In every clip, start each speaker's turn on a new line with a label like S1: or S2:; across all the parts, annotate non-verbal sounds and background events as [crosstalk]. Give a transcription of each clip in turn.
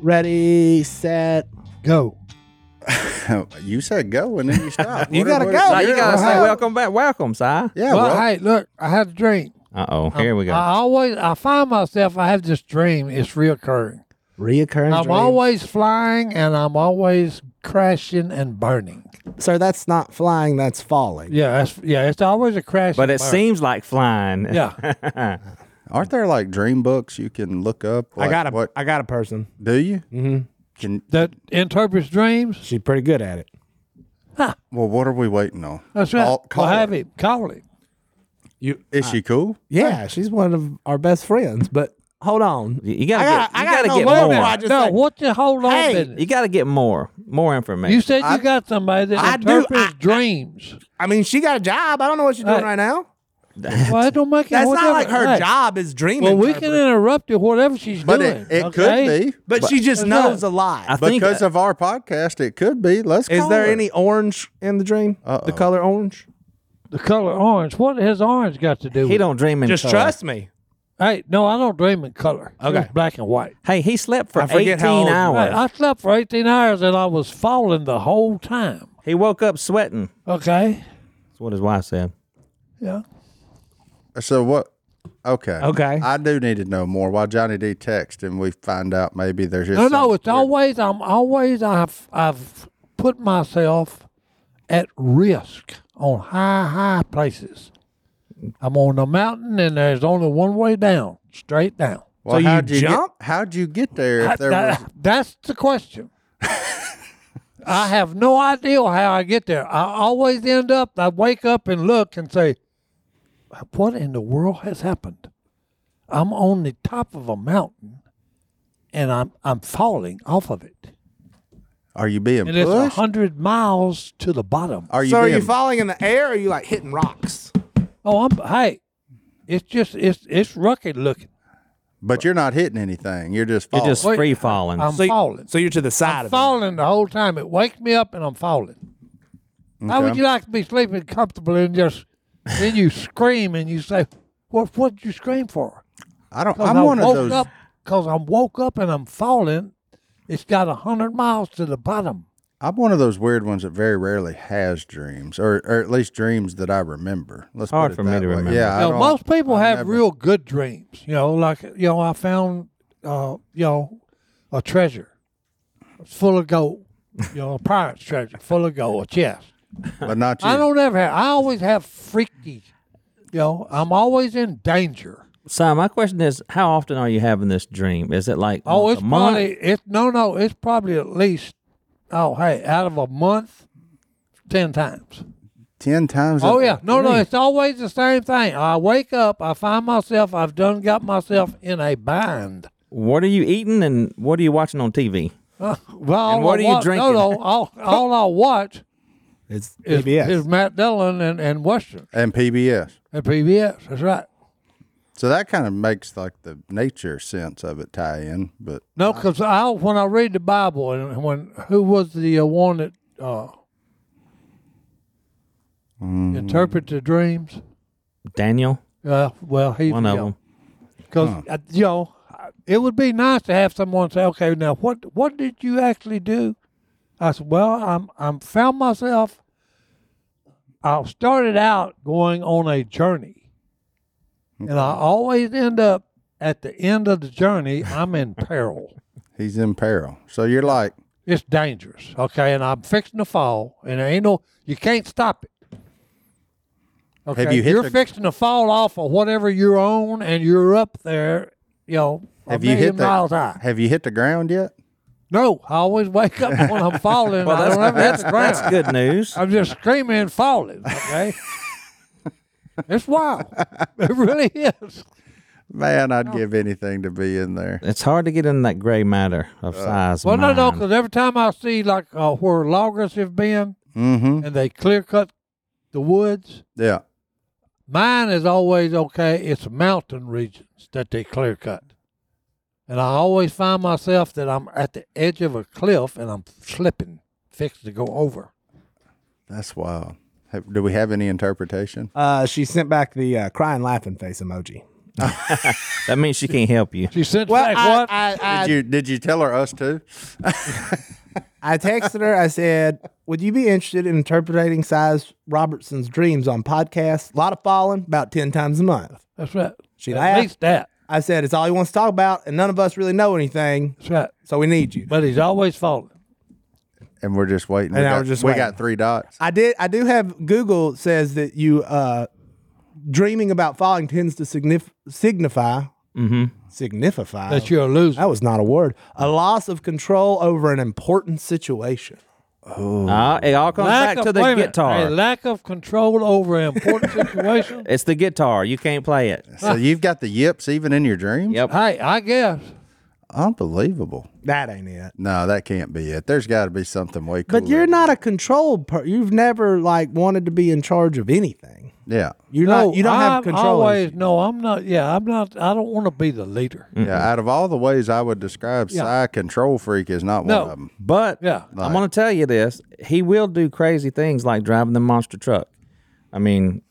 S1: Ready, set,
S2: Go.
S3: [laughs] you said go and then you stopped.
S1: You
S3: What-
S1: gotta
S3: what-
S1: go.
S4: Nah, you
S3: yeah,
S4: gotta say
S3: wow.
S4: welcome back. Welcome, Si.
S3: Yeah,
S2: well,
S3: well,
S2: hey, look, I had a dream.
S4: Uh oh. Here we
S2: I
S4: go.
S2: always, I find myself, I have this dream. It's reoccurring.
S1: reoccurring.
S2: I'm
S1: dream.
S2: always flying and I'm always crashing and burning.
S1: So that's not flying. That's falling.
S2: Yeah, that's, yeah, it's always a crash.
S4: But
S2: and
S4: it
S2: burn.
S4: seems like flying.
S2: Yeah.
S3: aren't there like dream books you can look up?
S1: I
S3: like,
S1: got a.
S3: What
S1: I got a person.
S3: do you?
S1: hmm
S3: Can
S2: that interprets dreams.
S1: She's pretty good at it.
S3: well, what are we waiting on?
S2: That's right.
S3: Call- call
S2: well, have
S3: her.
S2: it. Call it.
S1: You.
S3: Is she cool?
S1: Yeah, she's one of our best friends. But hold on.
S4: [laughs] You- you gotta
S1: I
S4: get- you gotta
S1: no
S4: get
S1: love for
S4: more.
S1: her, I just
S2: no,
S1: say-
S2: what the whole on
S1: Hey,
S2: business?
S4: You got to get more, more information.
S2: You said
S3: I-
S2: you got somebody that
S1: I do-
S2: interprets
S1: I- I-
S2: dreams.
S1: I mean, she got a job. I don't know what she's doing
S2: Hey.
S1: right now.
S2: well, that don't make it
S1: That's
S2: what
S1: not
S2: difference.
S1: like her
S2: Hey,
S1: job is dreaming.
S2: Well, we can interrupt you, whatever she's
S3: But
S2: doing.
S3: it, it
S2: okay?
S3: could be.
S1: but, she just
S2: That's
S1: knows
S2: right.
S1: a lot.
S4: I think
S3: because of our podcast, it could be. Let's.
S1: is
S3: call
S1: there
S3: her.
S1: any orange in the dream? The
S3: Uh-oh.
S1: color orange.
S2: The color orange. What has orange got to do with
S4: he don't dream in
S1: Just
S4: color.
S1: trust me.
S2: it? Hey, no, I don't dream in color.
S1: Okay.
S2: It's black and white.
S4: Hey, he slept for
S1: I forget how
S4: 18
S1: old you are.
S4: hours.
S2: Hey, I slept for 18 hours and I was falling the whole time.
S4: he woke up sweating.
S2: Okay?
S4: That's what his wife said.
S2: Yeah.
S3: So what? Okay.
S1: Okay.
S3: I do need to know more. Why Johnny D text and we find out maybe there's just
S2: No,
S3: some-
S2: no, it's always, I'm always, I've, I've put myself at risk on high, high places. I'm on a mountain and there's only one way down, straight down.
S3: Well,
S1: So you
S3: how'd you
S1: jump?
S3: Get, how'd you get
S2: [laughs]
S3: there? If there
S2: That-
S3: was,
S2: that's the question. I have no idea how I get there. I always end up, I wake up and look and say, What in the world has happened? I'm on the top of a mountain and I'm, I'm falling off of it.
S3: are you being
S2: And it's a
S3: pushed?
S2: 100 miles to the bottom.
S3: Are you
S1: so are
S3: being
S1: you falling in the air? or Are you like hitting rocks?
S2: Oh, I'm, hey, it's just, it's, it's rugged looking.
S3: But you're not hitting anything. You're just
S4: You're
S3: falling.
S4: just
S2: Wait,
S4: free falling.
S2: I'm
S1: So you-
S2: falling.
S1: So you're to the side of
S2: I'm
S1: it.
S2: falling the whole time. It wakes me up and I'm falling. How
S3: Okay.
S2: would you like to be sleeping comfortably and just then you scream and you say, "What? What did you scream for?"
S3: I don't.
S2: 'Cause
S3: I'm
S2: I
S3: one of
S2: woke
S3: those.
S2: up because I woke up and I'm falling. It's got a hundred miles to the bottom.
S3: I'm one of those weird ones that very rarely has dreams, or or at least dreams that I remember. Let's
S4: Hard
S3: put it
S4: for me
S3: that
S4: to
S3: way.
S4: remember.
S3: Yeah, I
S2: Now,
S3: don't-
S2: most people
S3: I
S2: have
S3: never-
S2: real good dreams. You know, like you know, I found uh, you know a treasure full of gold. You know, a pirate's treasure full of gold, a chest.
S3: but not you.
S2: I don't ever have. I always have freaky. You know, I'm always in danger.
S4: so my question is, how often are you having this dream? Is it like
S2: Oh,
S4: once
S2: it's
S4: a month?
S2: probably it's no, no. It's probably at least oh, hey, out of a month, ten times.
S3: Ten times.
S2: Oh
S3: a-
S2: yeah, no, no. It's always the same thing. I wake up, I find myself, I've done got myself in a bind. [laughs]
S4: What are you eating and what are you watching on TV?
S2: well, all
S4: what
S2: I
S4: are you
S2: watch-
S4: drinking?
S2: No, no. All, all I watch
S1: It's
S2: is,
S1: PBS.
S2: is Matt Dillon and, and Western
S3: And PBS.
S2: and PBS. That's right.
S3: So that kind of makes like the nature sense of it tie in, but
S2: No, because I when I read the Bible and when who was the uh, one that uh,
S4: Mm.
S2: interpreted the dreams?
S4: Daniel,
S2: Uh, well, he's
S4: one of them.
S2: Because uh, you know, I- it would be nice to have someone say, "Okay, now what what did you actually do?" I said, "Well, I'm I'm found myself. I started out going on a journey, and I always end up at the end of the journey. I'm in peril.
S3: he's in peril. So you're like,
S2: It's dangerous. Okay, and I'm fixing to fall, and there ain't no you can't stop it." Okay,
S3: you hit
S2: you're
S3: the-
S2: fixing to fall off of whatever you're on, and you're up there. You know, a
S3: have you
S2: million
S3: hit the
S2: miles high.
S3: Have you hit the ground yet?
S2: No, I always wake up when I'm
S3: [laughs]
S2: falling.
S4: Well,
S2: I
S4: that's,
S2: don't ever hit
S4: that's,
S2: the ground.
S4: that's good
S2: [laughs]
S4: news.
S2: I'm just screaming and falling.
S3: [laughs]
S2: Okay, it's wild. It really is.
S3: Man, I'd give anything to be in there.
S4: It's hard to get in that gray matter of size.
S2: Well, no, no,
S4: mind.
S2: because every time I see like uh, where loggers have been
S3: Mm-hmm.
S2: and they clear cut the woods,
S3: Yeah.
S2: mine is always okay. It's mountain regions that they clear cut, and I always find myself that I'm at the edge of a cliff and I'm slipping, fixed to go over.
S3: That's wild. Have, do we have any interpretation?
S1: Uh, she sent back the uh, crying, laughing face emoji.
S4: That means she can't help you.
S2: She sent
S1: Well,
S2: back
S1: I,
S2: what?
S1: I, I,
S3: did you did you tell her us too?
S1: I texted her. I said, "Would you be interested in interpreting Size Robertson's dreams on podcast? A lot of falling, about ten times a month."
S2: That's right.
S1: She
S2: At
S1: laughed.
S2: least that.
S1: I said, "It's all he wants to talk about, and none of us really know anything,
S2: That's right.
S1: so we need you."
S2: But he's always falling.
S3: And we're just waiting.
S1: And
S3: we
S1: I
S3: got,
S1: was just
S3: we
S1: waiting.
S3: got
S1: [laughs]
S3: three dots.
S1: I did. I do have Google says that you uh, dreaming about falling tends to signif- signify signify
S2: That you're a loser.
S1: That was not a word. A loss of control over an important situation.
S4: Ah, it all comes
S2: Lack
S4: back
S2: of-
S4: to the
S2: wait a minute.
S4: guitar.
S2: A lack of control over an [laughs] important situation.
S4: it's the guitar. You can't play it.
S3: So you've got the yips even in your dreams.
S4: Yep.
S2: Hey, I guess.
S3: Unbelievable.
S1: That ain't it.
S3: No, that can't be it. There's got to be something way cooler.
S1: But you're not a control per You've never like wanted to be in charge of anything.
S3: Yeah.
S1: You're not. You don't have control.
S2: Always, no, I'm not. Yeah, I'm not. I don't want to be the leader.
S3: Yeah. Out of all the ways I would describe
S2: Yeah.
S3: Psy control freak is not
S2: No.
S3: one of them.
S4: But
S2: Yeah.
S4: I'm going to tell you this: he will do crazy things like driving the monster truck. I mean,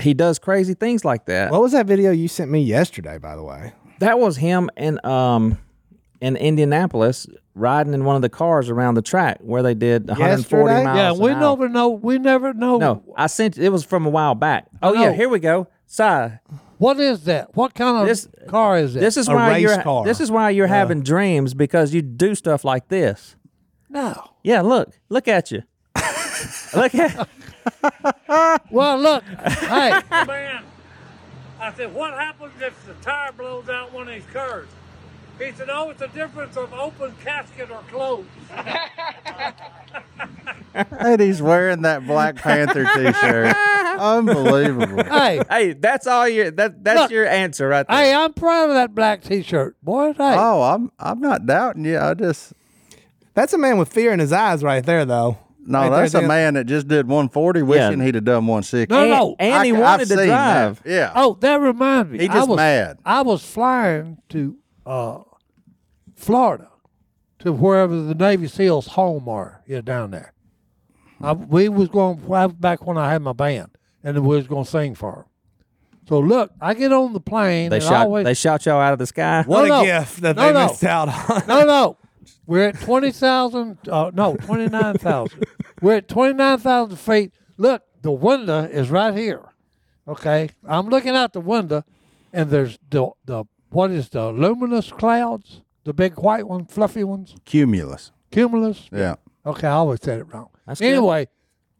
S4: he does crazy things like that.
S1: What was that video you sent me yesterday? By the way,
S4: that was him in um in Indianapolis riding in one of the cars around the track where they did 140
S1: Yesterday?
S4: miles.
S2: Yeah,
S4: an
S2: we
S4: hour.
S2: never know. We never know.
S4: No, I sent it was from a while back. Oh yeah,
S2: know.
S4: here we go. Sai,
S2: What is that? What kind of
S4: This-
S2: car is that?
S4: this is
S1: A
S4: why
S1: race
S4: you're
S1: car.
S4: this is why you're having dreams because you do stuff like this.
S2: no.
S4: Yeah, look, look at [laughs] you. look at
S2: Well,
S4: [laughs]
S2: look. hey,
S5: man. I said, what happens if the tire blows out one of these cars? He said, oh, it's the difference of open casket or closed.
S3: And he's wearing that Black Panther
S1: [laughs]
S3: T-shirt. Unbelievable.
S2: hey,
S4: hey, that's all your that that's
S2: Look.
S4: your answer right there.
S2: hey! I'm proud of that black T-shirt, boy. Hey,
S3: Oh, I'm I'm not doubting you. I just
S1: that's a man with fear in his eyes, right there, though.
S3: no.
S1: Right there,
S3: that's a
S1: Dan.
S3: man that just did 140, wishing
S4: Yeah.
S3: he'd have done 160.
S2: No,
S4: and,
S2: no,
S4: and
S3: I
S4: he
S3: c- I've
S4: wanted to
S3: seen that.
S4: drive.
S3: Yeah.
S2: Oh, that reminds me.
S3: He
S2: I
S3: just
S2: was,
S3: mad.
S2: I was flying to uh, Florida, to wherever the Navy SEALs' home are. Yeah, down there. I, we was going I was back when I had my band, and we was going to sing for 'em. So look, I get on the plane.
S4: They
S2: and I
S4: shot
S2: always,
S4: they shot y'all out of the sky.
S1: What
S2: no.
S1: a gift that
S2: No,
S1: they
S2: no.
S1: missed out on.
S2: No, no. We're at 20,000. Uh,
S1: [laughs]
S2: no, 29,000. We're at 29,000 feet. Look, the window is right here. Okay. I'm looking out the window, and there's the, the what is the luminous clouds? The big white ones, fluffy ones,
S3: Cumulus.
S2: cumulus.
S4: [laughs]
S3: Yeah.
S2: Okay, I always said it wrong.
S4: That's good.
S2: anyway,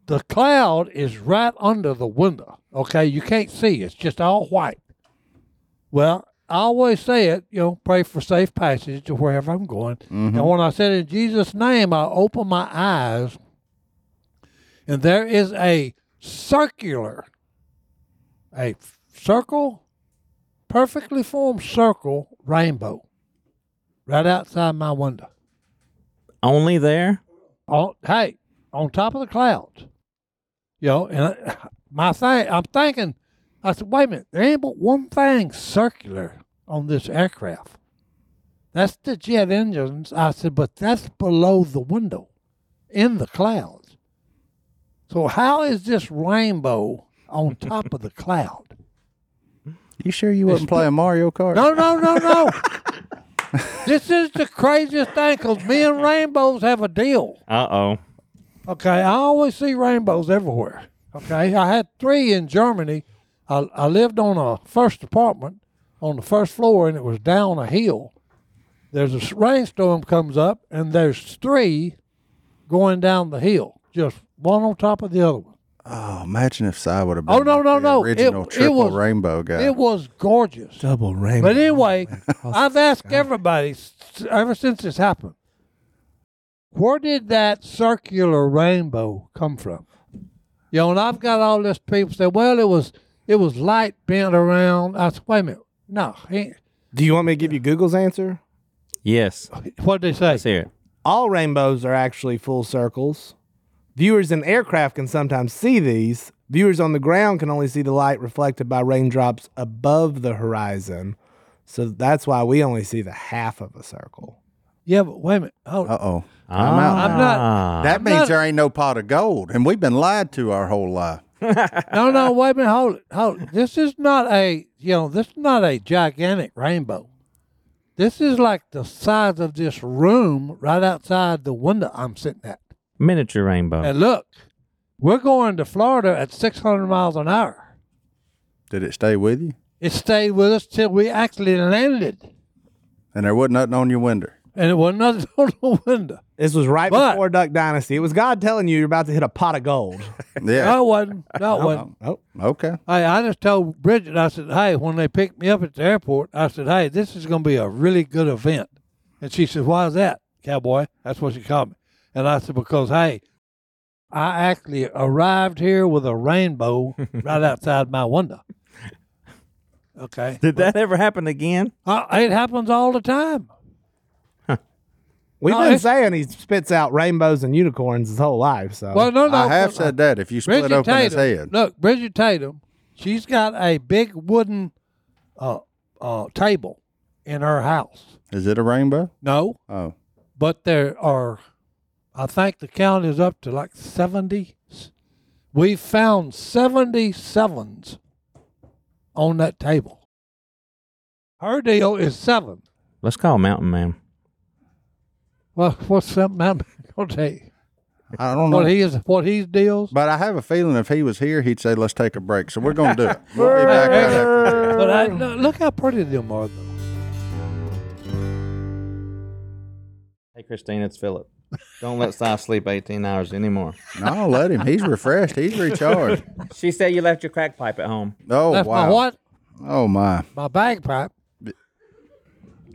S2: the cloud is right under the window. Okay, you can't see; it's just all white. Well, I always say it. You know, pray for safe passage to wherever I'm going.
S4: Mm-hmm.
S2: And when I said in Jesus' name, I open my eyes, and there is a circular, a f- circle, perfectly formed circle rainbow, right outside my window
S4: Only there?
S2: on hey on top of the clouds you know and I, my thing i'm thinking i said wait a minute there ain't but one thing circular on this aircraft that's the jet engines i said but that's below the window in the clouds so how is this rainbow on top of the cloud [laughs]
S3: You sure you wasn't playing Mario Kart?
S2: no, no, no, no. this is the craziest thing because me and rainbows have a deal.
S4: Uh oh.
S2: Okay, I always see rainbows everywhere. Okay, I had three in Germany. I, I lived on a first apartment on the first floor, and it was down a hill. There's a s- rainstorm comes up, and there's three going down the hill, just one on top of the other one.
S3: Oh, imagine if Cy would have been
S2: Oh, no,
S3: like
S2: no,
S3: the
S2: no. It-
S3: original
S2: it
S3: triple
S2: was-
S3: rainbow guy.
S2: It was gorgeous.
S1: Double rainbow.
S2: But anyway, I've asked everybody s- ever since this happened. Where did that circular rainbow come from? You know, and I've got all this people say, "Well, it was it was light bent around." I said, "Wait a minute, no." He,
S1: Do you want me to give you Google's answer?
S4: Yes.
S2: what did they
S4: Let's
S2: say?
S4: hear it.
S1: All rainbows are actually full circles. Viewers in aircraft can sometimes see these. Viewers on the ground can only see the light reflected by raindrops above the horizon. So that's why we only see the half of a circle.
S2: Yeah, but wait a minute. Hold
S3: Uh
S2: on.
S3: oh.
S4: Ah.
S3: I'm out.
S2: I'm not.
S3: that means
S2: not-
S3: there ain't no pot of gold, and we've been lied to our whole life.
S2: No, no. Wait a minute. Hold it. Hold it. This is not a. You know, this is not a gigantic rainbow. This is like the size of this room right outside the window I'm sitting at.
S4: Miniature rainbow.
S2: And look, we're going to Florida at 600 miles an hour.
S3: Did it stay with you?
S2: It stayed with us till we actually landed,
S3: And there wasn't nothing on
S2: [laughs]
S3: your window.
S2: and it wasn't nothing on the window.
S1: This was right
S2: But-
S1: before Duck Dynasty. It was God telling you you're about to hit a pot of
S2: [laughs]
S1: gold.
S3: Yeah.
S2: No, it wasn't. No, it wasn't.
S1: oh,
S3: Okay.
S2: Hey, I just told Bridget, I said, hey, when they picked me up at the airport, I said, hey, this is going to be a really good event. And she said, why is that, cowboy? That's what she called me. And I said, because, hey, I actually arrived here with a rainbow right outside my window. Okay.
S4: Did that ever happen again?
S2: Uh, it happens all the time.
S1: we've
S2: No,
S1: been
S2: it's-
S1: saying he spits out rainbows and unicorns his whole life. So
S2: Well, no, no.
S3: I have
S2: but-
S3: said that. If you split
S2: Bridget
S3: open his
S2: Tatum.
S3: head,
S2: Look, Bridget Tatum, she's got a big wooden uh, uh, table in her house.
S3: is it a rainbow?
S2: No,
S3: Oh,
S2: but there are, I think the count is up to like 70. We found 77s on that table. Her deal is seven.
S4: Let's call Mountain Man.
S2: Well, [laughs] what's something I'm going to tell you?
S3: I don't know.
S2: What he is, what his deals.
S3: but I have a feeling if he was here, he'd say, "Let's take a break." So we're gonna
S2: [laughs]
S3: do it. We'll be back right after this.
S2: But I, no, look how pretty them are, though.
S4: Hey, Christine, it's Philip. Don't let Si sleep 18 hours anymore.
S3: No, let him. He's refreshed.
S2: [laughs]
S3: He's recharged.
S4: She said you left your crack pipe at home.
S3: Oh
S2: That's
S3: wow.
S2: my what?
S3: Oh my.
S2: My bagpipe.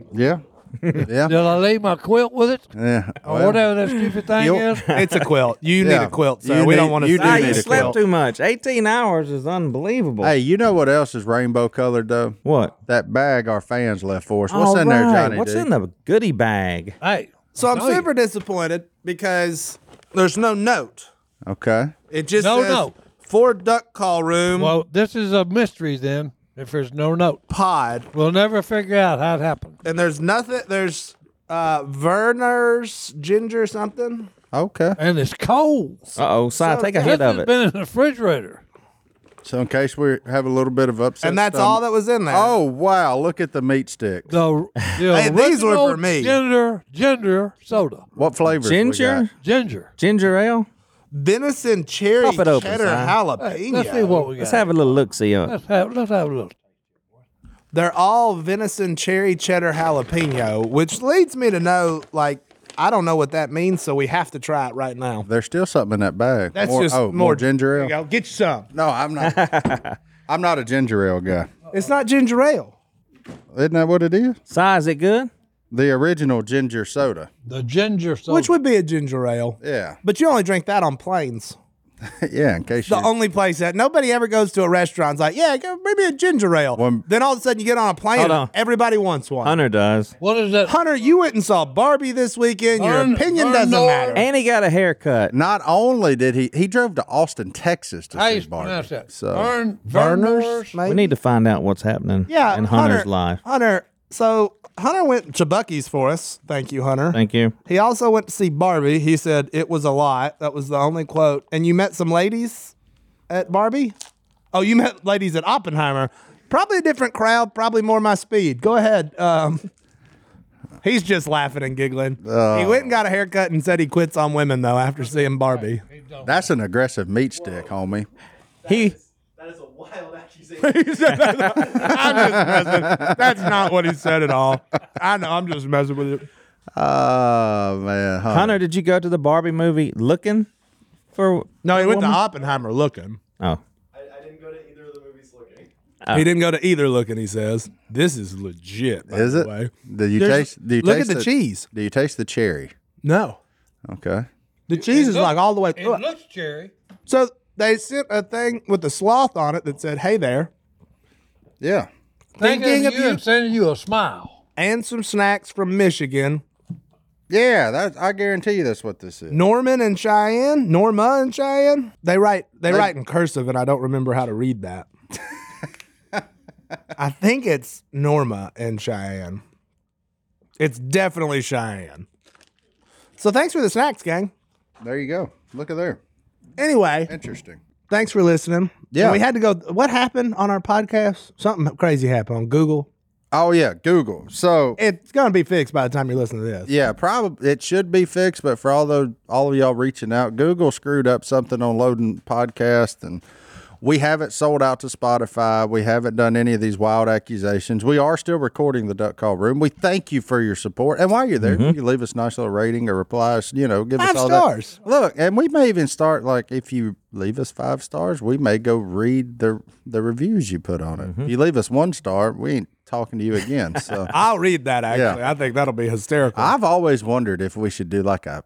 S2: [laughs]
S3: Yeah.
S2: Did
S3: Yeah.
S2: I leave my quilt with it?
S3: Oh, Yeah.
S2: Or
S3: Well,
S2: whatever that stupid thing
S3: you'll- [laughs]
S2: is?
S1: [laughs] it's a quilt. You
S3: Yeah.
S1: need a quilt, so
S3: You
S1: we don't
S3: need-
S1: want to.
S3: you do
S4: Ah,
S3: need
S4: you
S3: a
S4: slept
S3: quilt.
S4: too much. 18 hours is unbelievable.
S3: Hey, you know what else is rainbow colored though?
S4: What?
S3: That bag our fans left for us. What's in there,
S4: Alright,
S3: Johnny?
S4: What's
S3: D?
S4: in the goodie bag?
S2: hey,
S1: So I'm
S2: Tell you.
S1: super disappointed because there's no note.
S3: Okay.
S1: It just
S2: No
S1: says
S2: note.
S1: for duck call room
S2: well, this is a mystery then, if there's no note.
S1: pod,
S2: We'll never figure out how it happened.
S1: and there's nothing. There's uh Verner's ginger something.
S3: Okay.
S2: And it's cold.
S4: Uh oh, Si, take a
S2: This
S4: hit of
S2: has
S4: it.
S2: been in the refrigerator.
S3: So in case we have a little bit of upset,
S1: and that's all
S3: stomach-
S1: that was in there.
S3: Oh wow! Look at the meat stick.
S2: The, the
S1: Hey, these were for
S2: original
S1: me.
S2: Ginger, ginger soda.
S3: What flavors? we
S4: Ginger?
S3: got?
S2: Ginger.
S4: Ginger ale?
S1: venison cherry
S4: Pop it open,
S1: cheddar
S4: Si.
S2: Let's see
S1: jalapeno.
S2: what we got.
S4: Let's have a little look see. uh,
S2: Let's have, let's have a look.
S1: They're all venison cherry cheddar jalapeno, which leads me to know like I don't know what that means, so we have to try it right now.
S3: There's still something in that bag.
S1: That's
S3: more,
S1: just
S3: oh, more, ginger
S1: There
S3: ale.
S1: you go. Get you some.
S3: No, I'm not.
S4: [laughs]
S3: I'm not a ginger ale guy.
S1: It's not ginger ale.
S3: Isn't that what it is?
S4: Si, is it good?
S3: The original ginger soda.
S2: The ginger soda.
S1: Which would be a ginger ale.
S3: Yeah, [laughs]
S1: But you only drink that on planes.
S3: yeah. In case
S1: The
S3: you,
S1: only place that nobody ever goes to a restaurant is like, yeah, go- maybe a ginger ale.
S3: One-
S1: then all of a sudden you get on a plane
S4: Hold
S1: and
S4: on.
S1: everybody wants one. Hunter,
S4: Hunter does.
S2: What is that?
S1: you went and saw Barbie this weekend. Your
S2: Hun-
S1: opinion
S2: Hun-
S1: doesn't
S2: Hun-
S1: matter.
S4: And he got a haircut.
S3: not only did he he drove to Austin, Texas to
S2: How
S3: see
S2: you
S3: Barbie.
S2: pronounce that?
S3: So
S2: Vern, Verners?
S4: We need to find out what's happening
S1: yeah,
S4: in Hunter's
S1: Hunter,
S4: life.
S1: Hunter. So Hunter went to Bucky's for us. Thank you, Hunter.
S4: Thank you.
S1: he also went to see Barbie. He said it was a lot. That was the only quote. And you met some ladies at Barbie? Oh, you met ladies at Oppenheimer. Probably a different crowd, probably more my speed. Go ahead. Um, [laughs] he's just laughing and giggling. he went and got a haircut and said he quits on women, though, after seeing Barbie.
S3: that's an aggressive meat stick, homie.
S4: He
S1: [laughs] I'm just messing. That's not what he said at all. I know. I'm just messing with you.
S3: Oh man, Hunter.
S4: Hunter, did you go to the Barbie movie looking for
S1: No, he went to
S4: woman?
S1: Oppenheimer looking.
S4: Oh.
S1: He didn't go to either looking, he says. This is legit. by
S3: Is
S1: the
S3: it?
S1: way.
S3: Do you
S1: There's-
S3: taste? Do you
S1: look
S3: taste
S1: at the cheese.
S3: Do you taste the cherry?
S1: No.
S3: Okay.
S1: The cheese is like all the way through.
S2: It looks cherry.
S1: So they sent a thing with a sloth on it that said, "Hey there,"
S3: Yeah.
S2: Thinking of you
S1: and
S2: and sending you a smile.
S1: and some snacks from Michigan.
S3: Yeah, that I guarantee you that's what this is.
S1: Norman and Cheyenne, Norma and Cheyenne. They write they, write in cursive, and I don't remember how to read
S3: [laughs]
S1: that. I think it's Norma and Cheyenne. It's definitely Cheyenne. So thanks for the snacks, gang.
S3: There you go. Look at there.
S1: Anyway,
S3: Interesting.
S1: thanks for listening.
S3: Yeah.
S1: And we had to go. What happened on our podcast? Something crazy happened on Google.
S3: Oh yeah, Google. So
S1: It's going to be fixed by the time you listen to this.
S3: yeah, probably it should be fixed, but for all the all of y'all reaching out, Google screwed up something on loading podcast and we haven't sold out to Spotify. We haven't done any of these wild accusations. We are still recording the Duck Call Room. We thank you for your support. And while you're there, you leave us a nice little rating or replies, you know, give
S1: Mm-hmm. Five
S3: us all
S1: stars.
S3: That. Look, and we may even start like if you leave us five stars, we may go read the the reviews you put on it.
S1: Mm-hmm.
S3: If you leave us one star, we ain't talking to you again. So
S1: I'll read that actually. I think that'll be hysterical.
S3: I've always wondered if we should do like a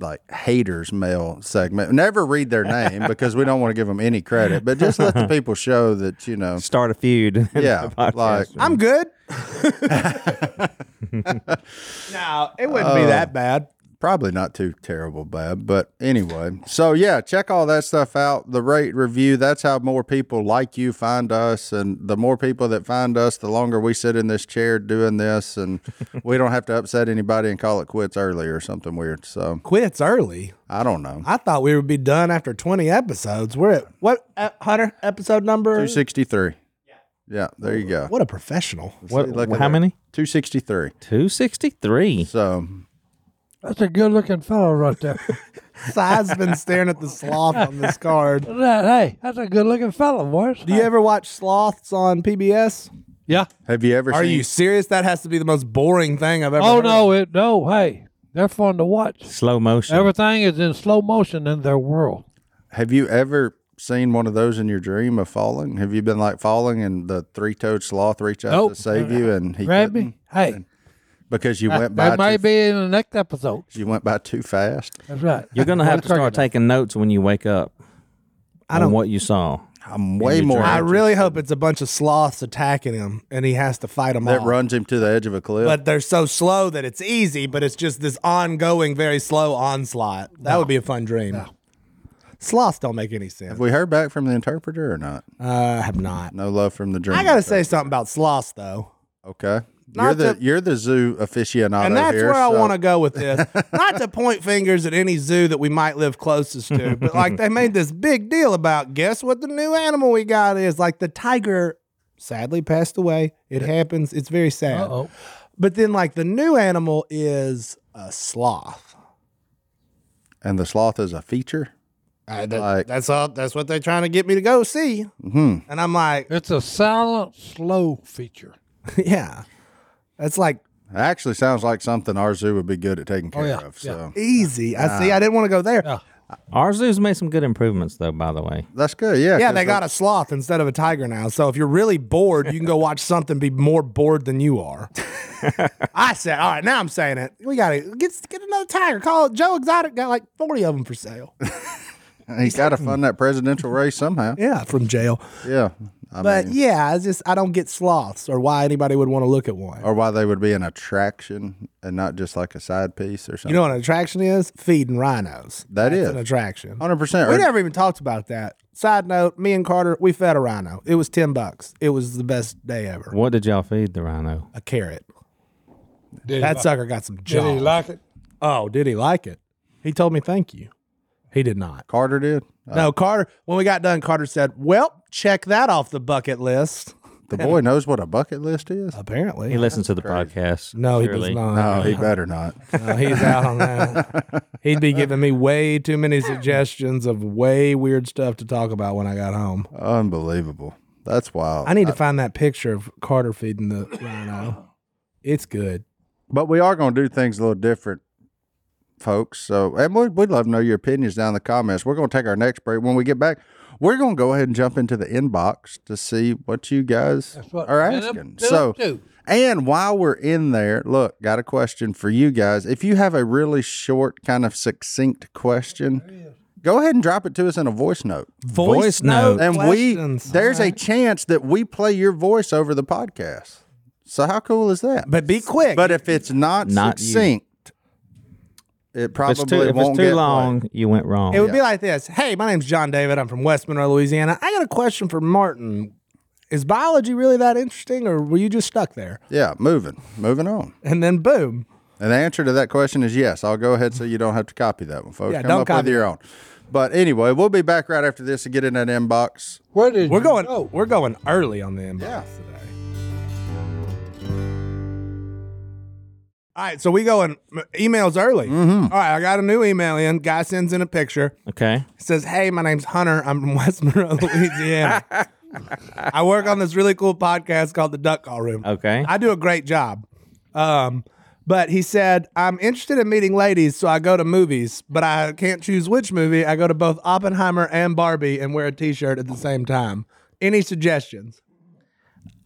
S3: like haters mail segment. Never read their name because we don't want to give them any credit, but just let the people show that you know.
S4: Start a feud. [laughs] in
S3: Yeah,
S4: the podcast
S3: like-
S4: room.
S1: I'm good.
S3: Mm. [laughs]
S1: no, it wouldn't be that bad.
S3: Probably not too terrible, bad, but anyway. So yeah, check all that stuff out. The rate review. That's how more people like you find us, and the more people that find us, the longer we sit in this chair doing this, and we don't have to upset anybody and call it quits early or something weird. So
S1: Quits early.
S3: I don't know.
S1: I thought we would be done after 20 episodes. We're at what, uh, Hunter? Episode number?
S3: Two sixty three. Yeah, there you go.
S1: What a professional.
S3: See,
S4: What,
S3: look at
S4: how
S3: that.
S4: many?
S3: 263.
S4: 263.
S3: So
S2: That's a good looking fellow right [laughs] there.
S1: Si's been staring at the sloth on [laughs] this card.
S2: That- hey, that's a good looking fellow, boys.
S1: Do you ever watch sloths on PBS?
S2: yeah.
S3: have you ever
S1: Are
S3: seen
S1: you serious? That has to be the most boring thing I've ever
S2: Oh
S1: heard.
S2: no, it no. Hey, they're fun to watch.
S4: Slow motion.
S2: Everything is in slow motion in their world.
S3: have you ever seen one of those in your dream of falling? Have you been like falling and the three toed sloth reach out
S2: Nope.
S3: to save you and he
S2: Grab
S3: couldn't
S2: me. Hey,
S3: because you went by
S2: that may
S3: too,
S2: be in the next episode.
S3: you went by too fast?
S2: That's right.
S1: [laughs]
S4: You're going to have to start taking notes when you wake up
S1: I
S4: on
S1: don't.
S4: what you saw.
S3: I'm way more
S1: I
S3: interested.
S1: really hope it's a bunch of sloths attacking him and he has to fight them
S3: that
S1: all.
S3: runs him to the edge of a cliff.
S1: But they're so slow that it's easy, but it's just this ongoing, very slow onslaught. That would be a fun dream. Sloths don't make any sense.
S3: have we heard back from the interpreter or not?
S1: Uh, I have not.
S3: No love from the dream.
S1: I got to say
S3: interpreter.
S1: something about sloths, though.
S3: okay. You're
S1: Not
S3: the
S1: to-
S3: you're the zoo aficionado
S1: and that's
S3: here,
S1: where I
S3: so-
S1: want to go with [laughs] this. Not to point fingers at any zoo that we might live closest to, but like they made this big deal about guess what the new animal we got is like the tiger sadly passed away. It happens. It's very sad.
S2: Oh,
S1: But then like the new animal is a sloth.
S3: and the sloth is a feature.
S1: I- that-
S3: Like-
S1: that's all. That's what they're trying to get me to go see.
S3: Mhm.
S1: And I'm like, [laughs]
S2: it's a silent, slow feature.
S1: yeah, that's like
S3: It actually sounds like something our zoo would be good at taking
S1: Oh,
S3: care
S2: yeah,
S3: of.
S2: yeah.
S3: So
S1: easy. I see. I didn't want to go there.
S2: Yeah.
S4: Our zoo's made some good improvements, though, by the way.
S3: that's good. Yeah.
S1: Yeah,
S3: 'cause
S1: they got a sloth instead of a tiger now. So if you're really bored, you can go watch something be more bored than you [laughs] are. I said, all right, now I'm saying it. We got to get get another tiger. Call it Joe Exotic. Got like 40 of them for sale.
S3: He's got to fund that presidential race
S1: [laughs]
S3: somehow.
S1: yeah, from jail.
S3: Yeah. I
S1: But
S3: mean,
S1: yeah, it's just I don't get sloths or why anybody would want to look at one.
S3: or why they would be an attraction and not just like a side piece or something.
S1: you know what an attraction is? Feeding rhinos.
S3: That
S1: That's
S3: is.
S1: an attraction.
S3: 100%.
S1: We
S3: Or-
S1: never even talked about that. Side note, me and Carter, we fed a rhino. It was 10 bucks. It was the best day ever.
S4: What did y'all feed the rhino?
S1: A carrot.
S2: Did
S1: That
S2: he,
S1: sucker got some
S2: did he
S1: jaws.
S2: like it?
S1: Oh, did he like it? He told me thank you. He did not.
S3: Carter did.
S1: No, Carter, when we got done, Carter said, Well, check that off the bucket list.
S3: The boy knows what a bucket list is.
S1: Apparently.
S4: He listens to the podcast.
S1: no, he
S4: surely.
S1: does not.
S3: No, he
S1: [laughs]
S3: better not.
S1: No, he's out on that.
S3: [laughs]
S1: He'd be giving me way too many suggestions of way weird stuff to talk about when I got home.
S3: Unbelievable. That's wild. Uh,
S1: I need to find that picture of Carter feeding [clears throat] the rhino. It's good.
S3: but we are going to do things a little different, folks. So, and we'd, we'd love to know your opinions down in the comments. We're going to take our next break. When we get back, we're going to go ahead and jump into the inbox to see what you guys
S2: what-
S3: are
S2: Did it-
S3: asking.
S2: did it
S3: so,
S2: do?
S3: And while we're in there, look, got a question for you guys. If you have a really short, kind of succinct question, go ahead and drop it to us in a voice note.
S4: Voice note.
S3: And
S1: questions.
S3: we there's a chance that we play your voice over the podcast. So how cool is that?
S1: But uh, be quick.
S3: But if it's not,
S4: Not you.
S3: succinct, it
S4: If it's
S3: probably
S4: too, if
S3: won't
S4: it's
S3: get
S4: too
S3: played.
S4: long, you went wrong.
S1: It would be like this. Hey, my name's John David. I'm from West Monroe, Louisiana. I got a question for Martin. Is biology really that interesting, or were you just stuck there?
S3: Yeah, moving, moving on.
S1: And then boom.
S3: And the answer to that question is yes. I'll go ahead so you don't have to copy that one, folks.
S1: Yeah,
S3: Come
S1: don't
S3: up with
S1: copy
S3: your own. But anyway, we'll be back right after this to get in that inbox.
S2: Where did
S1: We're going.
S2: Oh,
S1: We're going early on the inbox
S3: Yeah.
S1: today. All right, so we go in emails early. All right, I got a new email in. Guy sends in a picture.
S4: Okay.
S1: It says, "Hey, my name's Hunter. I'm from [laughs] Westboro, Louisiana. I work on this really cool podcast called The Duck Call Room.
S4: Okay.
S1: I do a great job. Um, but he said, I'm interested in meeting ladies, so I go to movies, but I can't choose which movie. I go to both Oppenheimer and Barbie and wear a t shirt at the same time. Any suggestions?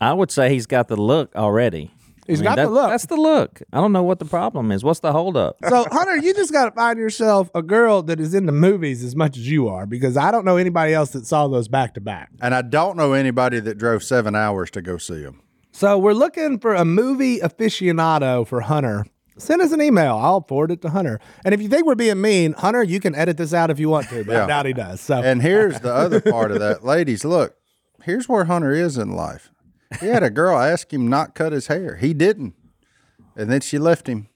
S4: I would say he's got the look already.
S1: He's
S4: He's
S1: got the look.
S4: That's the look. I don't know what the problem is. What's the holdup?
S1: So, [laughs] Hunter, you just got to find yourself a girl that is into movies as much as you are because I don't know anybody else that saw those back to back.
S3: And I don't know anybody that drove seven hours to go see him.
S1: So, we're looking for a movie aficionado for Hunter. Send us an email. I'll forward it to Hunter. And if you think we're being mean, Hunter, you can edit this out if you want to, but I
S3: Yeah.
S1: doubt he does. So,
S3: And here's the other part of that. Ladies, look, here's where Hunter is in life. He had a girl ask him not cut his hair. He didn't. And then she left him.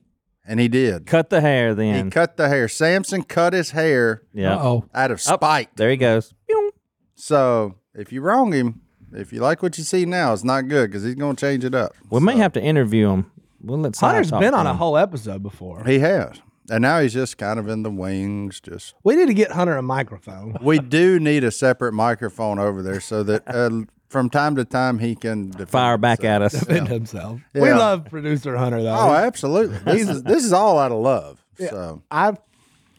S3: And he did.
S4: Cut the hair then.
S3: He cut the hair. Samson cut his hair
S4: yeah.
S2: oh,
S3: out of spite.
S4: There he goes. Pew.
S3: So if you wrong him, if you like what you see now, it's not good because he's going to change it up.
S4: We may have to interview him. We'll let Hunter
S1: Hunter's
S4: talk
S1: been
S4: to
S1: on a
S4: him.
S1: whole episode before.
S3: He has. And now he's just kind of in the wings. Just
S1: We need to get Hunter a microphone. [laughs]
S3: we do need a separate microphone over there so that uh, from time to time he can defend
S4: fire back
S3: himself.
S1: [laughs]
S4: at us.
S1: Defend himself. We
S3: Yeah.
S1: love producer Hunter though.
S3: Oh, absolutely. This is this is all out
S1: [laughs]
S3: of love. So
S1: I've,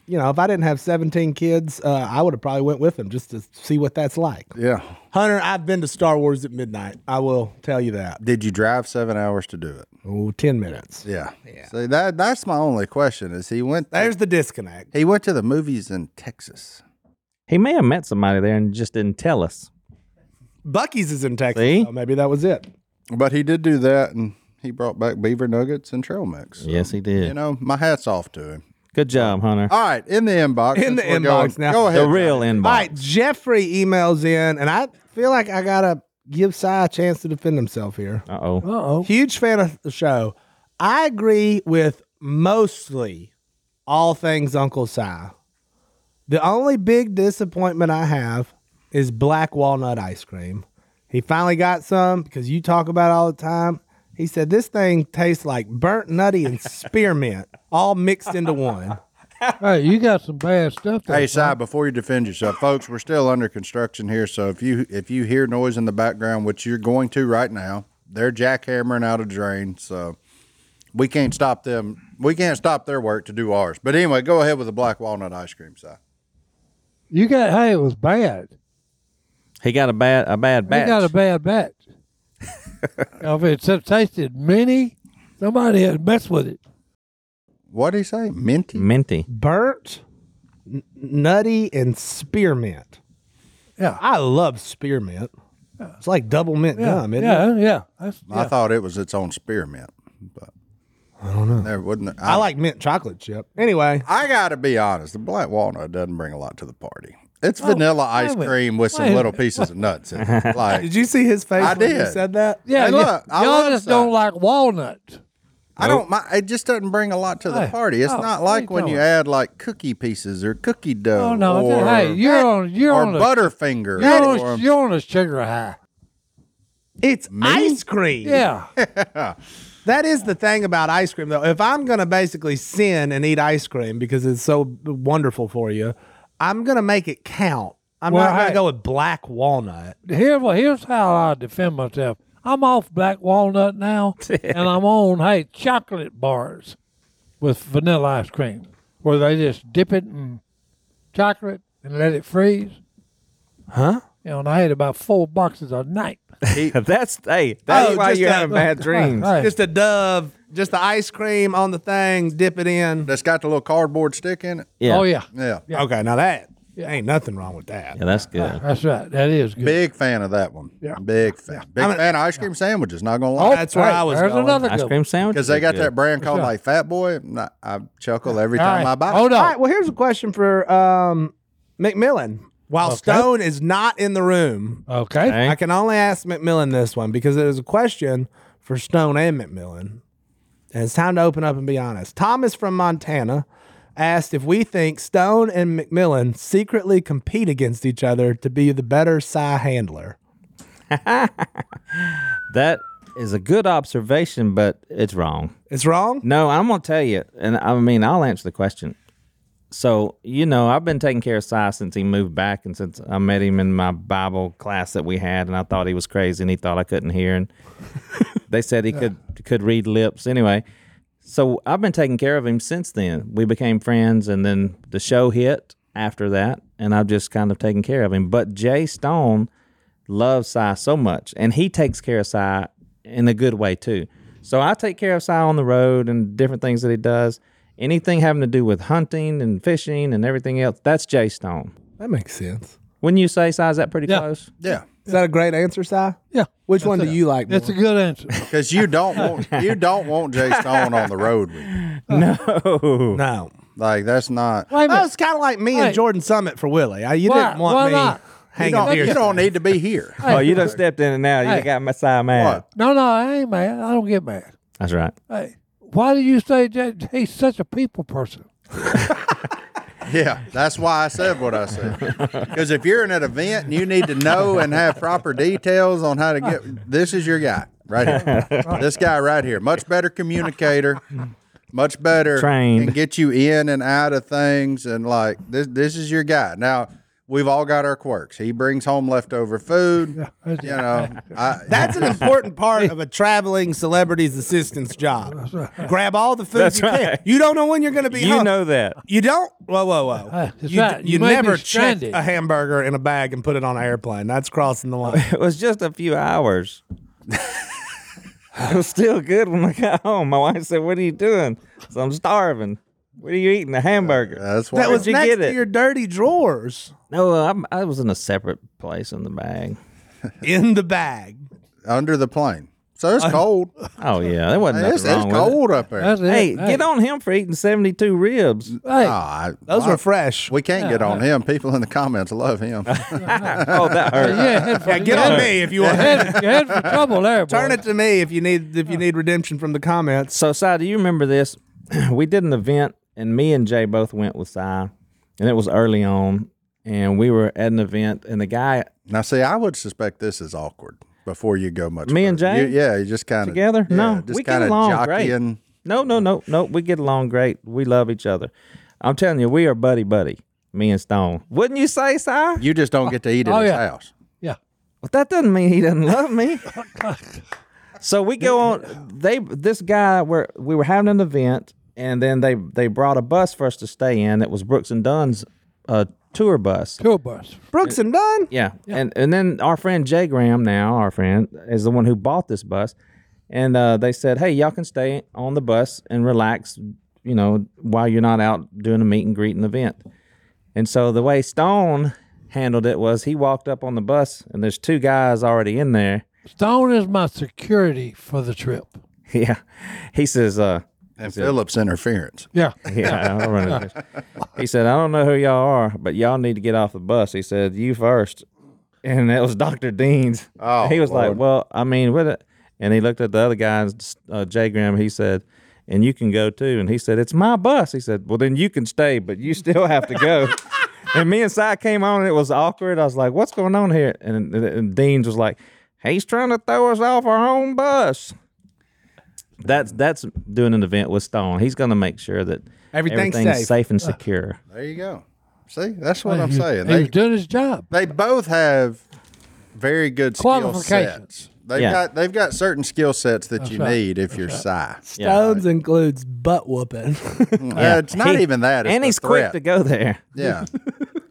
S1: you know, if I didn't have 17 kids, uh, I would have probably went with him just to see what that's like.
S3: yeah.
S1: Hunter, I've been to Star Wars at midnight. I will tell you that.
S3: Did you drive seven hours to do it?
S1: Oh, 10 minutes.
S3: Yeah. Yeah. So that that's my only question is he went
S1: There's the disconnect.
S3: he went to the movies in Texas.
S4: He may have met somebody there and just didn't tell us.
S1: Bucky's is in Texas.
S4: See?
S1: so maybe that was it.
S3: But he did do that and he brought back beaver nuggets and trail mix.
S4: Yes, he did.
S3: You know, my hat's off to him.
S4: Good job, Hunter.
S3: All right, in the inbox.
S1: In
S3: since
S1: the
S3: we're
S1: inbox now.
S3: Go ahead.
S4: the real inbox.
S1: All right, Jeffrey emails in, and I feel like I got to give Cy a chance to defend himself here.
S4: Uh oh.
S2: uh oh.
S1: Huge fan of the show. I agree with mostly all things Uncle Si. The only big disappointment I have is black walnut ice cream. He finally got some because you talk about it all the time. He said this thing tastes like burnt nutty and spearmint all mixed into one.
S2: Hey, you got some bad stuff. There,
S3: Hey,
S2: son.
S3: Si, before you defend yourself, folks, we're still under construction here. So if you if you hear noise in the background, which you're going to right now, they're jackhammering out a drain. So we can't stop them. We can't stop their work to do ours. But anyway, go ahead with the black walnut ice cream, Si.
S2: You got. Hey, it was bad.
S4: He got a bad a bad
S2: They
S4: batch.
S2: got a bad
S3: [laughs]
S2: batch. now, if it's it tasted mini, somebody had messed with it.
S3: What did he say? Minty.
S4: Minty.
S1: Burnt, n- nutty, and spearmint.
S2: Yeah.
S1: I love spearmint. It's like double mint
S2: Yeah,
S1: gum, isn't it?
S2: yeah, yeah. That's,
S3: I
S2: yeah.
S3: thought it was its own spearmint, but I don't know. There wouldn't.
S1: I like mint chocolate chip. Anyway,
S3: I gotta be honest. The black walnut doesn't bring a lot to the party. It's vanilla ice
S2: a minute.
S3: cream with some
S2: Wait a
S3: little pieces of nuts in [laughs] it. Like
S1: did you see his face
S3: I
S1: when you
S3: did.
S1: said that?
S2: yeah,
S3: Hey,
S2: yeah.
S3: look, I
S2: y'all
S3: love
S2: just
S3: that.
S2: don't like walnuts.
S3: I don't. My, it just doesn't bring a lot to the
S2: Hey,
S3: party. It's
S2: oh, what
S3: not
S2: are
S3: like
S2: you
S3: when
S2: talking
S3: you
S2: about?
S3: add like cookie pieces or cookie dough.
S2: Oh, no,
S3: Or,
S2: hey, you're on- you're
S3: or
S2: on a-
S3: Butterfinger.
S2: You're on,
S3: or-
S2: a, you're on a sugar high.
S1: It's ice cream.
S2: Yeah,
S1: That is the thing about ice cream, though. If I'm going to basically sin and eat ice cream because it's so wonderful for you, I'm going to make it count. I'm
S2: Well,
S1: not going to
S2: hey.
S1: go with black walnut.
S2: here, well, here's how I defend myself. I'm off black
S1: [laughs]
S2: walnut now, and I'm on hey chocolate bars with vanilla ice cream, where they just dip it in chocolate and let it freeze.
S1: Huh?
S2: You know, and I ate about four boxes a night.
S4: [laughs] that's hey. That's
S1: Oh,
S4: why
S1: just
S4: you're
S1: a- [laughs]
S4: having bad dreams.
S2: Right, right.
S1: Just a dove, just the ice cream on the thing, dip it in.
S3: that's got the little cardboard stick in it.
S4: Yeah.
S2: Oh yeah,
S3: Yeah.
S1: Okay, now that ain't nothing wrong with that.
S4: Yeah, that's good.
S2: that's right. That is good.
S3: Big fan of that one.
S2: Yeah.
S3: Big fan. Big
S1: I'm a-
S3: fan of ice cream sandwiches. Not gonna
S2: Oh,
S3: lie.
S1: That's where I was
S2: There's
S1: going.
S2: another
S4: Ice
S2: good
S4: cream sandwich.
S3: Because they got that brand called like Fat Boy. and I, I chuckle every
S2: All
S3: time
S2: right.
S3: I buy. it.
S2: Hold
S1: All
S2: on.
S1: right, well, here's a question for um, McMillan. While
S2: Okay.
S1: Stone is not in the room,
S2: Okay.
S4: Okay.
S1: I can only ask McMillan this one because it is a question for Stone and McMillan. And it's time to open up and be honest. Thomas from Montana asked if we think Stone and McMillan secretly compete against each other to be the better psi handler.
S4: That is a good observation, but it's wrong.
S1: It's wrong?
S4: No, I'm gonna tell you, and I mean I'll answer the question. So you know, I've been taking care of Si since he moved back, and since I met him in my Bible class that we had, and I thought he was crazy, and he thought I couldn't hear, and [laughs] they said he could could read lips anyway. So I've been taking care of him since then. We became friends, and then the show hit after that, and I've just kind of taken care of him. But Jay Stone loves Si so much, and he takes care of Si in a good way too. So I take care of Si on the road and different things that he does. Anything having to do with hunting and fishing and everything else, that's Jay Stone.
S1: That makes sense.
S4: Wouldn't you say, Si, is that pretty
S2: Yeah.
S4: close?
S3: Yeah,
S1: Is that a great answer, Si?
S2: Yeah.
S1: Which one do you like more?
S2: That's a good answer.
S3: because you don't want you don't want Jay Stone on the road with you.
S4: No.
S1: [laughs] no.
S3: Like that's
S1: [laughs]
S3: not.
S2: Wait a
S1: That
S2: minute.
S1: was kind of like me and
S2: Hey.
S1: Jordan Summit for Willie. I, you
S2: Why-
S1: didn't want
S2: why
S1: me
S2: not?
S3: You
S1: hanging
S3: don't,
S1: here.
S3: you don't need to
S2: [laughs]
S3: be here.
S4: Oh, you done stepped in it now. You
S2: Hey.
S4: got my Si mad.
S3: What?
S2: No, no, I ain't mad. I don't get mad.
S4: That's right.
S2: Hey, why do you say that he's such a people person?
S3: Yeah, that's why I said what I said. Because if you're in an event, and you need to know and have proper details on how to get. This is your guy right here. This guy right here, much better communicator, much better
S4: Trained.
S3: and get you in and out of things. And like this, this is your guy. Now we've all got our quirks. He brings home leftover food. You know, I,
S1: [laughs] That's an important part
S2: [laughs]
S1: of a traveling celebrity's assistant's job. Grab all the food
S4: That's
S1: you can.
S4: right.
S1: You don't know when you're going to be
S4: You
S1: hung.
S4: know that.
S1: You don't. Whoa, whoa, whoa!
S2: Uh, that's
S1: you
S2: right.
S1: you,
S2: You may be
S1: never check
S2: stranded.
S1: a hamburger in a bag and put it on an airplane. That's crossing the line.
S4: [laughs] It was just a few hours. it was still good when I got home. My wife said, What are you doing? So I'm starving. What are you eating? A hamburger.
S3: that's why.
S1: that was
S4: you
S1: next
S4: get
S1: to
S4: it?
S1: your dirty drawers
S4: No, uh, I'm, I was in a separate place in the bag.
S1: in the bag.
S3: under the plane. So it's cold.
S4: Oh yeah, there wasn't nothing
S3: It's,
S4: wrong
S3: it's
S4: with it.
S3: cold up there.
S2: That's it.
S4: Hey, get on him for eating seventy-two ribs. [laughs]
S2: Hey,
S3: Oh, I-
S1: Those
S3: wow.
S1: were fresh.
S3: We can't get on him. People in the comments love him.
S4: oh, that hurt.
S2: yeah, head for,
S1: Yeah, get on me
S4: [laughs]
S1: if you
S2: You're
S1: want.
S2: headed, you're headed for trouble there, boy.
S1: Turn it to me if you need if you need redemption from the comments.
S4: So, Si, do you remember this? [clears throat] we did an event, and me and Jay both went with Si, and it was early on, and we were at an event, and the guy
S3: now, see, I would suspect this is awkward before you go much.
S4: Me and
S3: further.
S4: Jay?
S3: You- yeah, you just kind of
S4: together. no,
S3: just
S4: we get
S3: kinda
S4: along
S3: jockeying.
S4: great. No, no, no, no. We get along great. We love each other. I'm telling you, we are buddy buddy. Me and Stone. Wouldn't you say, Si? Well,
S3: You just don't get to eat
S4: [laughs]
S3: at
S2: Oh,
S3: his
S2: yeah.
S3: house.
S2: Yeah.
S4: that doesn't mean he doesn't love me. So we go on. They this guy where we were having an event, and then they they brought a bus for us to stay in. That was Brooks and Dunn's uh, tour bus.
S2: Tour bus.
S1: Brooks and Dunn.
S4: Yeah. and and then our friend Jay Graham now, our friend is the one who bought this bus, and uh, they said, hey, y'all can stay on the bus and relax, you know, while you're not out doing a meet and greet and event. And so the way Stone handled it was he walked up on the bus, and there's two guys already in there. [laughs]
S2: Stone is my security for the trip.
S4: yeah, he says, uh,
S3: And Phillips interference.
S2: Yeah.
S4: yeah, I don't run into this. He said, I don't know who y'all are, but y'all need to get off the bus. He said, You first. And that was Dr. Dean's.
S3: Oh,
S4: he was
S3: Lord.
S4: like, Well, I mean, what? a-" And he looked at the other guy, uh, Jay Graham. He said, And you can go too. And he said, It's my bus. He said, Well, then you can stay, but you still have to go.
S3: [laughs]
S4: and me and Si came on, and it was awkward. I was like, What's going on here? And, and, and Dean's was like, He's trying to throw us off our own bus. That's that's doing an event with Stone. He's going to make sure that
S1: Everything's safe.
S4: and secure.
S3: There you go. See, that's what I'm
S2: He-
S3: saying.
S2: He was
S3: They,
S2: doing his job.
S3: they both have very good skill
S2: Qualifications.
S3: sets. They've
S4: Yeah.
S3: got they've got certain skill sets that you
S2: right.
S3: need if you're si.
S1: Stones includes butt whooping. [laughs]
S3: Yeah, Mm, it's not
S4: He-
S3: even that. It's
S4: and
S3: the
S4: he's
S3: threat.
S4: quick to go there. [laughs]
S3: Yeah.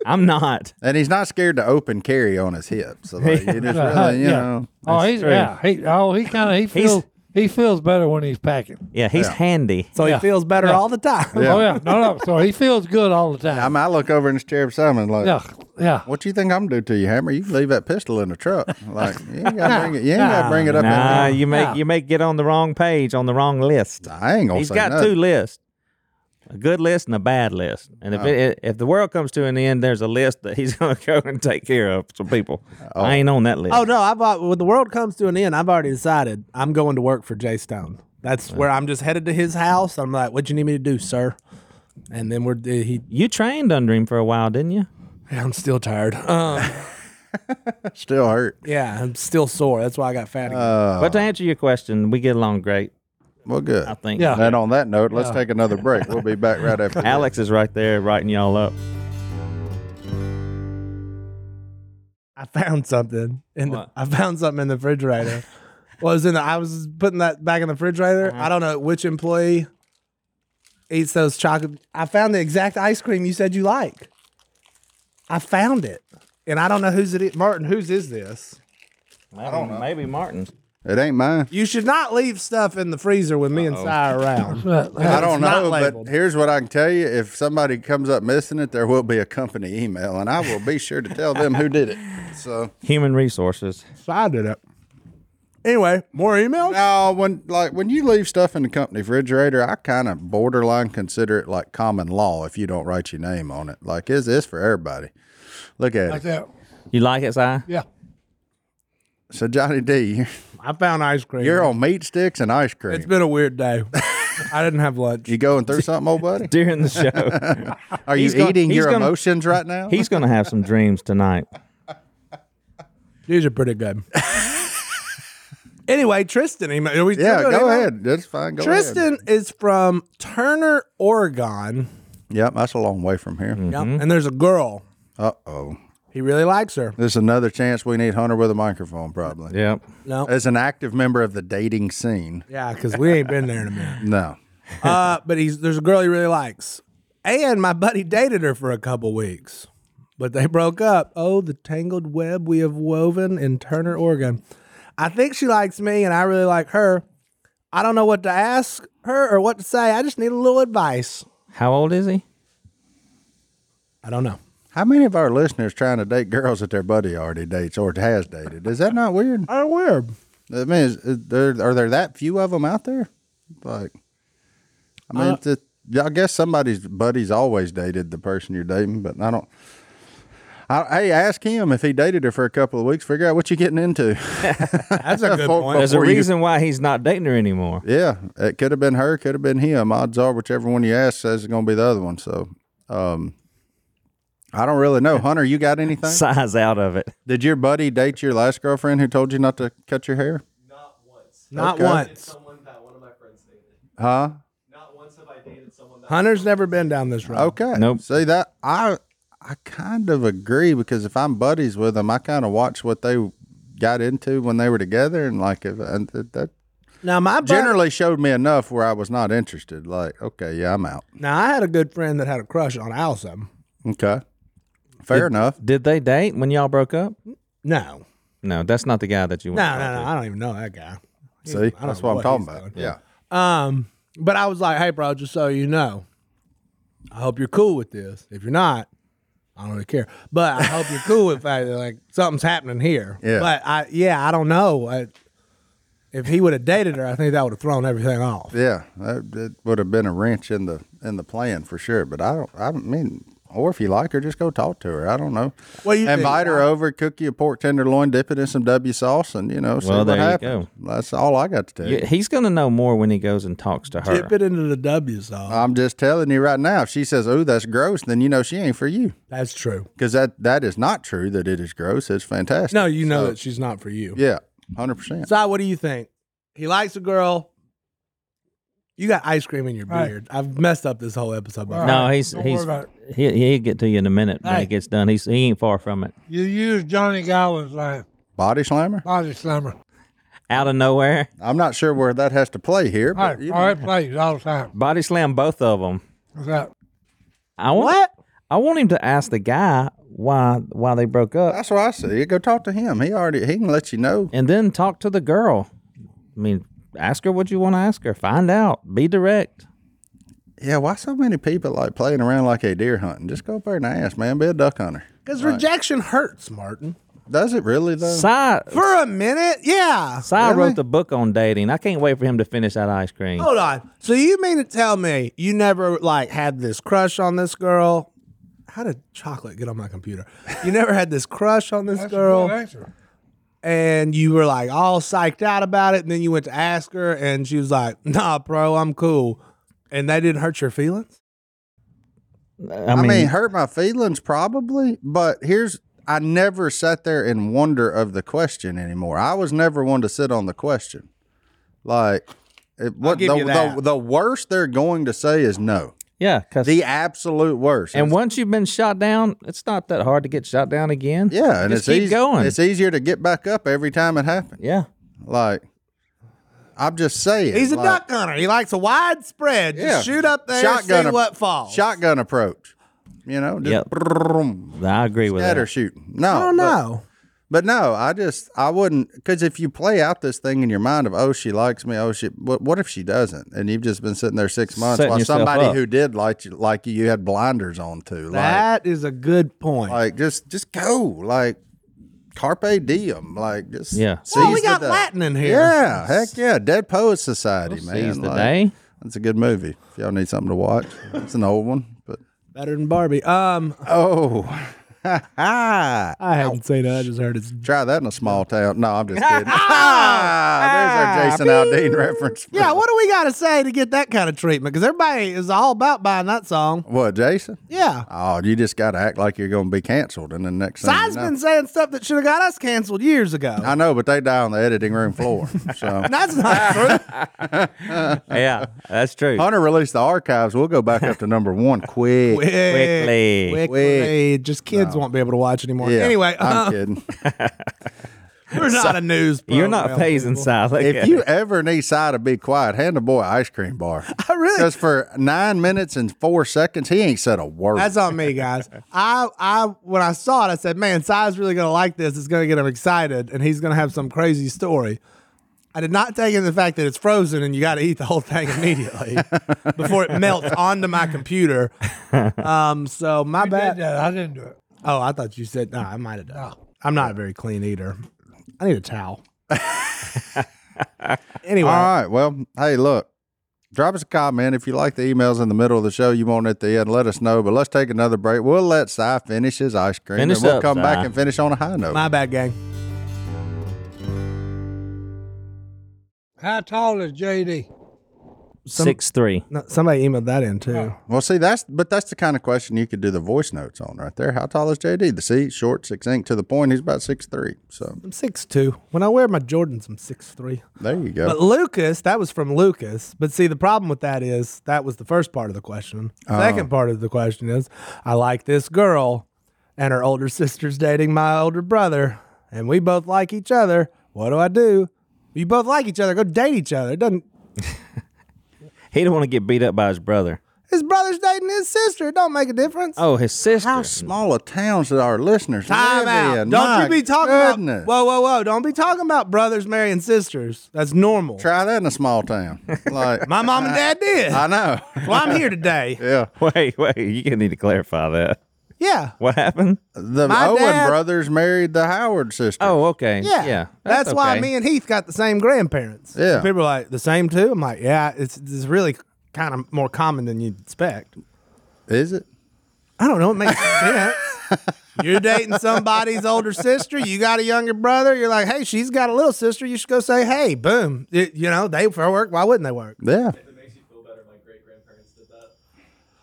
S4: I'm not.
S3: And he's not scared to open carry on his hip. So
S4: [laughs]
S3: like, you just really, you
S2: Yeah.
S3: know.
S2: Oh, he's yeah. He oh he kind of he feels he feels better when he's packing.
S4: Yeah, he's handy.
S1: So
S2: Yeah.
S1: he feels better
S2: Yeah.
S1: all the time.
S2: Oh yeah, no no. So he feels good all the
S3: I
S2: time.
S3: mean, I look over in this chair beside him and like,
S2: yeah yeah.
S3: what you think I'm gonna do to you, Hammer? You can leave that pistol in the
S4: [laughs]
S3: truck. Like, you ain't gotta bring it. You ain't gotta bring it up. in
S4: Nah,
S3: there.
S4: you make
S2: Yeah.
S4: you make get on the wrong page on the wrong list.
S3: I ain't gonna
S4: He's
S3: say
S4: got
S3: nothing.
S4: two lists. a good list and a bad list. And if it, if the world comes to an end, there's a list that he's [laughs] going to go and take care of some people. I ain't on that
S1: [laughs]
S4: list.
S1: Oh no, I've uh, when the world comes to an end, I've already decided I'm going to work for Jay Stone. That's where I'm just headed to his house. I'm like, what you need me to do, sir? And then we're he. [laughs]
S4: You trained under him for a while, didn't you?
S1: I'm still tired. [laughs] Um,
S3: Still hurt.
S1: yeah, I'm still sore. That's why I got fat again.
S3: Uh.
S4: But to answer your question, we get along great.
S3: Well, good.
S4: [laughs] I think.
S2: Yeah.
S3: And on that note, let's take another break. We'll be back right
S4: [laughs]
S3: after. this.
S4: Alex is right there writing y'all up.
S1: I found something in the,
S4: What?
S1: I found something in the refrigerator. well, it was in the I was putting that back in the refrigerator. I don't know which employee eats those chocolate. I found the exact ice cream you said you like. I found it, and I don't know whose it is. Martin, whose is this?
S4: Maybe, maybe Martin's.
S3: It ain't mine.
S1: You should not leave stuff in the freezer when me and Si are around.
S2: [laughs]
S3: I don't
S1: not
S3: know,
S1: labeled.
S3: but here's what I can tell you. If somebody comes up missing it, there will be a company email, and I will be sure to tell them who did it. So,
S4: Human resources.
S1: Si did it. Anyway, more emails.
S3: no, when like when you leave stuff in the company refrigerator, I kind of borderline consider it like common law if you don't write your name on it. Like, is this for everybody? Look at
S2: That's
S3: it.
S2: it.
S4: You like it, Si?
S2: Yeah.
S3: So, Johnny D, you're,
S1: I found ice cream.
S3: you're on meat sticks and ice cream.
S1: it's been a weird day. [laughs] I didn't have lunch.
S3: you going through something, old
S4: [laughs]
S3: buddy?
S4: During the show,
S3: Are you
S4: He's gonna-
S3: eating
S4: he's
S3: your
S4: gonna-
S3: emotions right now?
S4: he's going to have some dreams tonight.
S1: These are pretty good. [laughs] anyway, Tristan email. Are we still
S3: yeah,
S1: doing
S3: go
S1: email?
S3: ahead. That's fine. Go ahead.
S1: Tristan is from Turner, Oregon.
S3: Yep, that's a long way from here.
S1: Yep. And there's a girl.
S3: Uh oh.
S1: He really likes her.
S3: There's another chance we need Hunter with a microphone, probably.
S4: Yep.
S1: No.
S3: As an active member of the dating scene,
S1: Yeah, because we ain't been there in a
S3: [laughs]
S1: minute.
S3: no.
S1: Uh, but he's there's a girl he really likes. And my buddy dated her for a couple weeks. But they broke up. Oh, the tangled web we have woven in Turner, Oregon. I think she likes me and I really like her. I don't know what to ask her or what to say. I just need a little advice.
S4: How old is he?
S1: I don't know.
S3: How many of our listeners trying to date girls that their buddy already dates or has dated? Is that not weird?
S1: I weird.
S3: I mean, is, is there, are there that few of them out there? Like, I
S1: Uh,
S3: mean, it's a- yeah, I guess somebody's buddy's always dated the person you're dating, but I don't. I, hey, ask him if he dated her for a couple of weeks. Figure out what you're getting into.
S1: [laughs] That's
S3: [laughs]
S1: a good
S3: Before-
S1: point.
S4: There's a
S3: Before you-
S4: reason why he's not dating her anymore.
S3: Yeah, it could have been her, could have been him. Odds are, whichever one you ask says it's going to be the other one. So, um, I don't really know. Hunter, you got anything?
S4: Size out of it.
S3: Did your buddy date your last girlfriend who told you not to cut your hair?
S1: Not
S3: Okay.
S1: once.
S3: Huh?
S1: Hunter's never been down this road.
S3: Okay.
S4: Nope.
S3: See that I I kind of agree because if I'm buddies with them, I kind of watch what they got into when they were together, and like if and th- that
S1: Now my buddy,
S3: generally showed me enough where I was not interested. Like, okay, yeah, I'm out.
S1: now I had a good friend that had a crush on Allison.
S3: Okay. Fair enough.
S4: Did they date when y'all broke up?
S1: No,
S4: No, that's not the guy that you want.
S1: no, no, no. I don't even know that guy.
S3: See,
S1: don't
S3: that's
S1: know
S3: what, I'm
S1: what
S3: talking
S1: he's
S3: about.
S1: doing.
S3: Yeah.
S1: Um, but I was like, hey, bro, just so you know, I hope you're cool with this. If you're not, I don't really care. But I hope you're cool with that. Like something's happening here.
S3: Yeah.
S1: But I, yeah, I don't know. I, if he would have dated her, I think that would have thrown everything off.
S3: Yeah, that, that would have been a wrench in the in the plan for sure. But I don't. I mean, or if you like her, just go talk to her. I don't know.
S1: What do you think?
S3: invite her over, cook you a pork tenderloin, dip it in some W sauce, and you know, see
S4: Well,
S3: what
S4: there you
S3: happens. That's all I got to tell you.
S4: You- He's going to know more when he goes and talks to her.
S1: Dip it into the W sauce.
S3: I'm just telling you right now. If she says, "Oh, that's gross," then you know she ain't for you
S1: That's true.
S3: because that that is not true. That it is gross. It's fantastic.
S1: No, you know that she's not for you.
S3: Yeah, hundred percent.
S1: Si, what do you think? He likes a girl. You got ice cream in your
S2: Right.
S1: beard. I've messed up this whole episode. before.
S2: All
S4: no,
S2: right,
S4: he's
S2: don't
S4: he's
S2: worry about
S4: he, he'll get to you in a minute when
S2: Hey.
S4: he gets done. He's he ain't far from it.
S2: You use Johnny Gowan's line,
S3: Body slammer.
S2: body slammer.
S4: Out of nowhere,
S3: I'm not sure where that has to play here,
S2: All
S3: but
S2: right,
S3: you
S2: all
S3: know.
S2: right plays all the time.
S4: body slam both of them.
S2: That's right.
S4: I want I want him to ask the guy why why they broke up,
S3: that's what I say. Go talk to him. He already he can let you know.
S4: and then talk to the girl. I mean, ask her what you want to ask her. Find out. Be direct.
S3: Yeah, why so many people like playing around like a deer hunting? Just go up there and ask, man. Be a duck hunter.
S1: Because rejection hurts, Martin.
S3: Does it really though?
S4: Cy,
S1: For a minute? Yeah.
S4: Cy
S3: Really? Oh,
S4: wrote the book on dating. I can't wait for him to finish that ice cream.
S1: Hold on. So you mean to tell me you never like had this crush on this girl? How did chocolate get on my computer? You never had this crush on this
S2: That's a good
S1: girl,
S2: answer.
S1: and you were like all psyched out about it, and then you went to ask her, and she was like, "Nah, bro, I'm cool," and that didn't hurt your feelings.
S4: I
S3: I
S4: mean,
S3: mean, hurt my feelings probably, but here's I never sat there and wonder of the question anymore. I was never one to sit on the question. Like it, what
S1: give
S3: the,
S1: you that.
S3: the, the worst they're going to say is no.
S4: yeah, 'cause-
S3: The absolute worst.
S4: and once you've been shot down, it's not that hard to get shot down again.
S3: yeah, and
S4: Just
S3: it's
S4: keep
S3: eas-
S4: going.
S3: It's easier to get back up every time it happens.
S4: yeah.
S3: Like I'm just saying,
S1: He's a
S3: like,
S1: duck hunter. He likes a wide spread. Just
S3: Yeah.
S1: shoot up there,
S3: Shotgun
S1: see
S3: a-
S1: what falls.
S3: shotgun approach. You know, just
S4: Yep.
S3: brrrrum,
S4: I agree with
S3: scatter
S4: that.
S3: shooting. No,
S1: I don't
S3: but-
S1: know.
S3: But no, I just I wouldn't because if you play out this thing in your mind of oh she likes me oh she what what if she doesn't and you've just been sitting there six months
S4: Setting
S3: while
S4: yourself
S3: somebody
S4: up.
S3: who did like you like you you had blinders on too like
S1: That is a good point.
S3: like just just go like carpe diem like just
S4: Yeah.
S3: seize
S1: well, we
S3: the
S1: got
S3: day.
S1: Latin in here.
S3: yeah heck yeah Dead Poets Society man
S4: Seize the
S3: like, [laughs]
S4: day.
S3: that's a good movie if y'all need something to watch it's an old one but
S1: Better than Barbie. Um,
S3: oh ha
S1: I haven't seen it. I just heard it's
S3: Try that in a small town. No,
S1: [laughs]
S3: I'm just kidding. ah, there's our Jason Aldean reference.
S1: Yeah, what do we got to say to get that kind of treatment? Because everybody is all about buying that song.
S3: What, Jason?
S1: Yeah.
S3: Oh, you just got to act like you're going to be canceled in the next thing
S1: Sai's
S3: you know-
S1: been saying stuff that should have got us canceled years ago.
S3: I know, but they die on the editing room floor. So
S1: [laughs] That's
S3: [laughs]
S1: not true.
S4: yeah, that's true.
S3: Hunter released the archives. We'll go back up to
S1: [laughs]
S3: number one quick.
S4: Quickly.
S1: Quickly. Just kids won't be able to watch anymore.
S3: Yeah,
S1: anyway,
S3: I'm
S1: uh,
S3: kidding.
S1: [laughs] we're not a news
S4: You're not
S1: program,
S4: phasing
S1: people.
S4: Cy. Look
S3: If
S4: at
S3: you
S4: it.
S3: ever need Cy to be quiet, hand the boy an ice cream bar.
S1: [laughs] I really
S3: Because for nine minutes and four seconds, he ain't said a word.
S1: That's on me, guys. I, I, when I saw it, I said, "Man, Sai's really gonna like this. It's gonna get him excited, and he's gonna have some crazy story." I did not take in the fact that it's frozen and you got to eat the whole thing immediately before it melts onto my computer. Um, so my
S2: You did
S1: bad.
S2: that. I didn't do it.
S1: Oh, I thought you said no. I might have done. it. I'm not a very clean eater. I need a towel. anyway,
S3: All right. Well, hey, look, drop us a comment if you like the emails in the middle of the show. You want at the end, let us know. But let's take another break. We'll let Cy finish his ice cream,
S4: Finish
S3: and we'll
S4: up,
S3: come back
S4: Si.
S3: and finish on a high note.
S1: my bad, gang.
S2: How tall is JD?
S4: six three.
S1: No, somebody emailed that in too.
S3: well, see, that's but that's the kind of question you could do the voice notes on right there. How tall is JD? The seat short, six inch to the point. He's about six three. So
S1: I'm six two. When I wear my Jordans, I'm six three.
S3: there you go.
S1: But Lucas, that was from Lucas. But see, the problem with that is that was the first part of the question.
S3: Oh.
S1: Second part of the question is I like this girl, and her older [laughs] sister's dating my older brother, and we both like each other. What do I do? You both like each other. Go date each other. It doesn't
S4: He didn't want to get beat up by his brother.
S1: his brother's dating his sister? It don't make a difference.
S4: Oh, his sister.
S3: How small of towns that our listeners
S1: Time
S3: live
S1: out.
S3: in.
S1: Don't
S3: My
S1: you be talking
S3: goodness.
S1: about whoa, whoa, whoa. Don't be talking about brothers marrying sisters. That's normal.
S3: Try that in a
S1: [laughs]
S3: small town. Like
S1: my mom and
S3: [laughs]
S1: dad did.
S3: I know.
S1: well, I'm here
S3: [laughs]
S1: today.
S3: Yeah.
S4: Wait, wait. You gonna need to clarify that.
S1: Yeah.
S4: What happened?
S3: The
S1: My
S3: Owen
S1: dad-
S3: brothers married the Howard sister.
S4: Oh, okay.
S1: Yeah.
S4: yeah.
S1: That's, why
S4: okay.
S1: me and Heath got the same grandparents.
S3: Yeah.
S1: People are like, the same too? I'm like, yeah, it's, it's really kind of more common than you'd expect.
S3: Is it?
S1: I don't know. It makes [laughs] sense. You're dating somebody's older sister. You got a younger brother. You're like, hey, she's got a little sister. You should go say, hey, boom. It- you know, they for work. Why wouldn't they work?
S3: Yeah.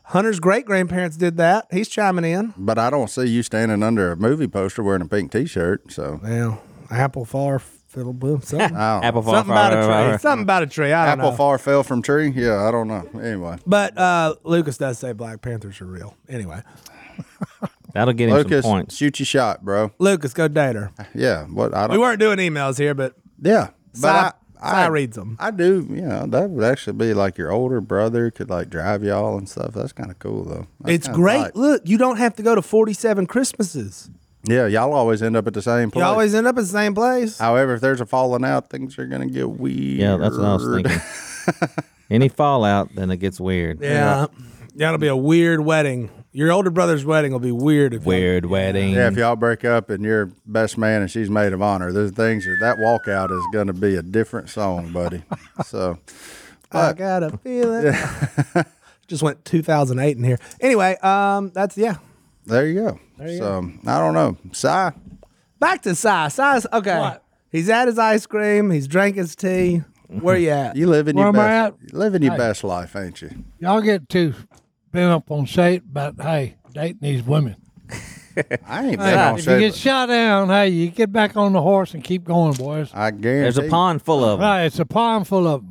S1: Hunter's great grandparents did that. He's chiming in.
S3: But I don't see you standing under a movie poster wearing a pink t shirt. So
S1: Well, apple far fiddle bloom.
S3: [laughs]
S1: Something,
S3: I don't know.
S4: Apple fall.
S1: something about a tree. Something about a tree. I don't
S3: Apple
S1: know.
S3: far fell from tree? Yeah, I don't know. Anyway.
S1: But uh, Lucas does say Black Panthers are real. Anyway,
S4: That'll get him
S3: Lucas,
S4: some points.
S3: shoot your shot, bro.
S1: Lucas, go date her.
S3: Yeah. What I
S1: We
S3: don't
S1: weren't doing emails here, but
S3: Yeah. But
S1: Cy-
S3: I, I
S1: Cy reads 'em.
S3: I do, you know, that would actually be like your older brother could like drive y'all and stuff. That's kinda cool though. That's
S1: it's
S3: kinda
S1: great.
S3: tight.
S1: Look, you don't have to go to 47 Christmases.
S3: Yeah, y'all always end up at the same
S1: You
S3: place.
S1: always end up at the same place.
S3: However, if there's a falling out, things are gonna get weird. [laughs]
S4: Yeah, that's what I was thinking. Any fallout, then it gets weird.
S1: yeah. That'll be a weird wedding. Your older brother's wedding will be weird. If you
S4: Weird wedding.
S3: Yeah,
S2: Mm-hmm.
S3: if y'all break up and you're best man and she's maid of honor, those things are that walkout is going to be a different song, buddy. So,
S1: I got a feeling. [laughs] Just went 2008 in here. Anyway, um, that's yeah.
S3: there you go. so, I don't know. Sigh.
S1: Back to Si. Si's okay.
S2: What?
S1: He's at his ice cream. He's drank his tea. Where you at?
S3: You living
S2: Where
S3: your
S2: am I
S3: best,
S2: at?
S3: living your best life, ain't you?
S2: Y'all get too bent up on shape about hey dating these women.
S3: I ain't been
S2: Hey,
S3: on
S2: if you
S3: shape.
S2: get shot down, hey, you get back on the horse and keep going, boys.
S3: I guarantee.
S4: There's a pond full of 'em.
S2: Right, it's a pond full of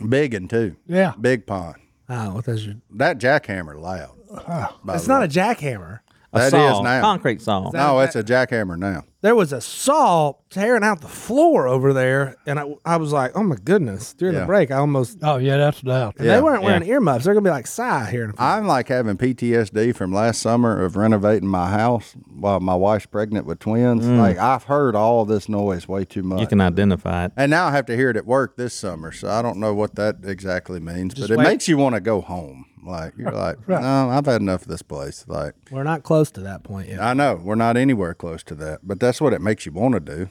S2: them.
S3: Big and two.
S2: Yeah.
S3: Big pond.
S1: Oh, what does your?
S3: That jackhammer loud.
S2: Uh,
S3: by
S1: It's
S3: the
S1: not
S3: way.
S1: a jackhammer.
S4: A
S3: That is
S4: saw,
S3: now.
S4: concrete saw.
S3: No, it's a jackhammer now.
S1: There was a saw tearing out the floor over there, and I, I was like, oh my goodness! During
S3: Yeah.
S1: the break, I almost.
S2: Oh yeah, that's loud.
S1: and
S3: Yeah,
S1: they weren't wearing
S4: yeah.
S1: earmuffs. They're gonna be like sigh here. In a few.
S3: I'm like having PTSD from last summer of renovating my house while my wife's pregnant with twins.
S4: Mm.
S3: Like I've heard all this noise way too much.
S4: You can identify it.
S3: [laughs] and now I have to hear it at work this summer, so I don't know what that exactly means, but it
S1: wait.
S3: makes you want to go home. Like you're like, no, I've had enough of this place. Like
S1: We're not close to that point yet.
S3: I know we're not anywhere close to that, but that's what it makes you want to do.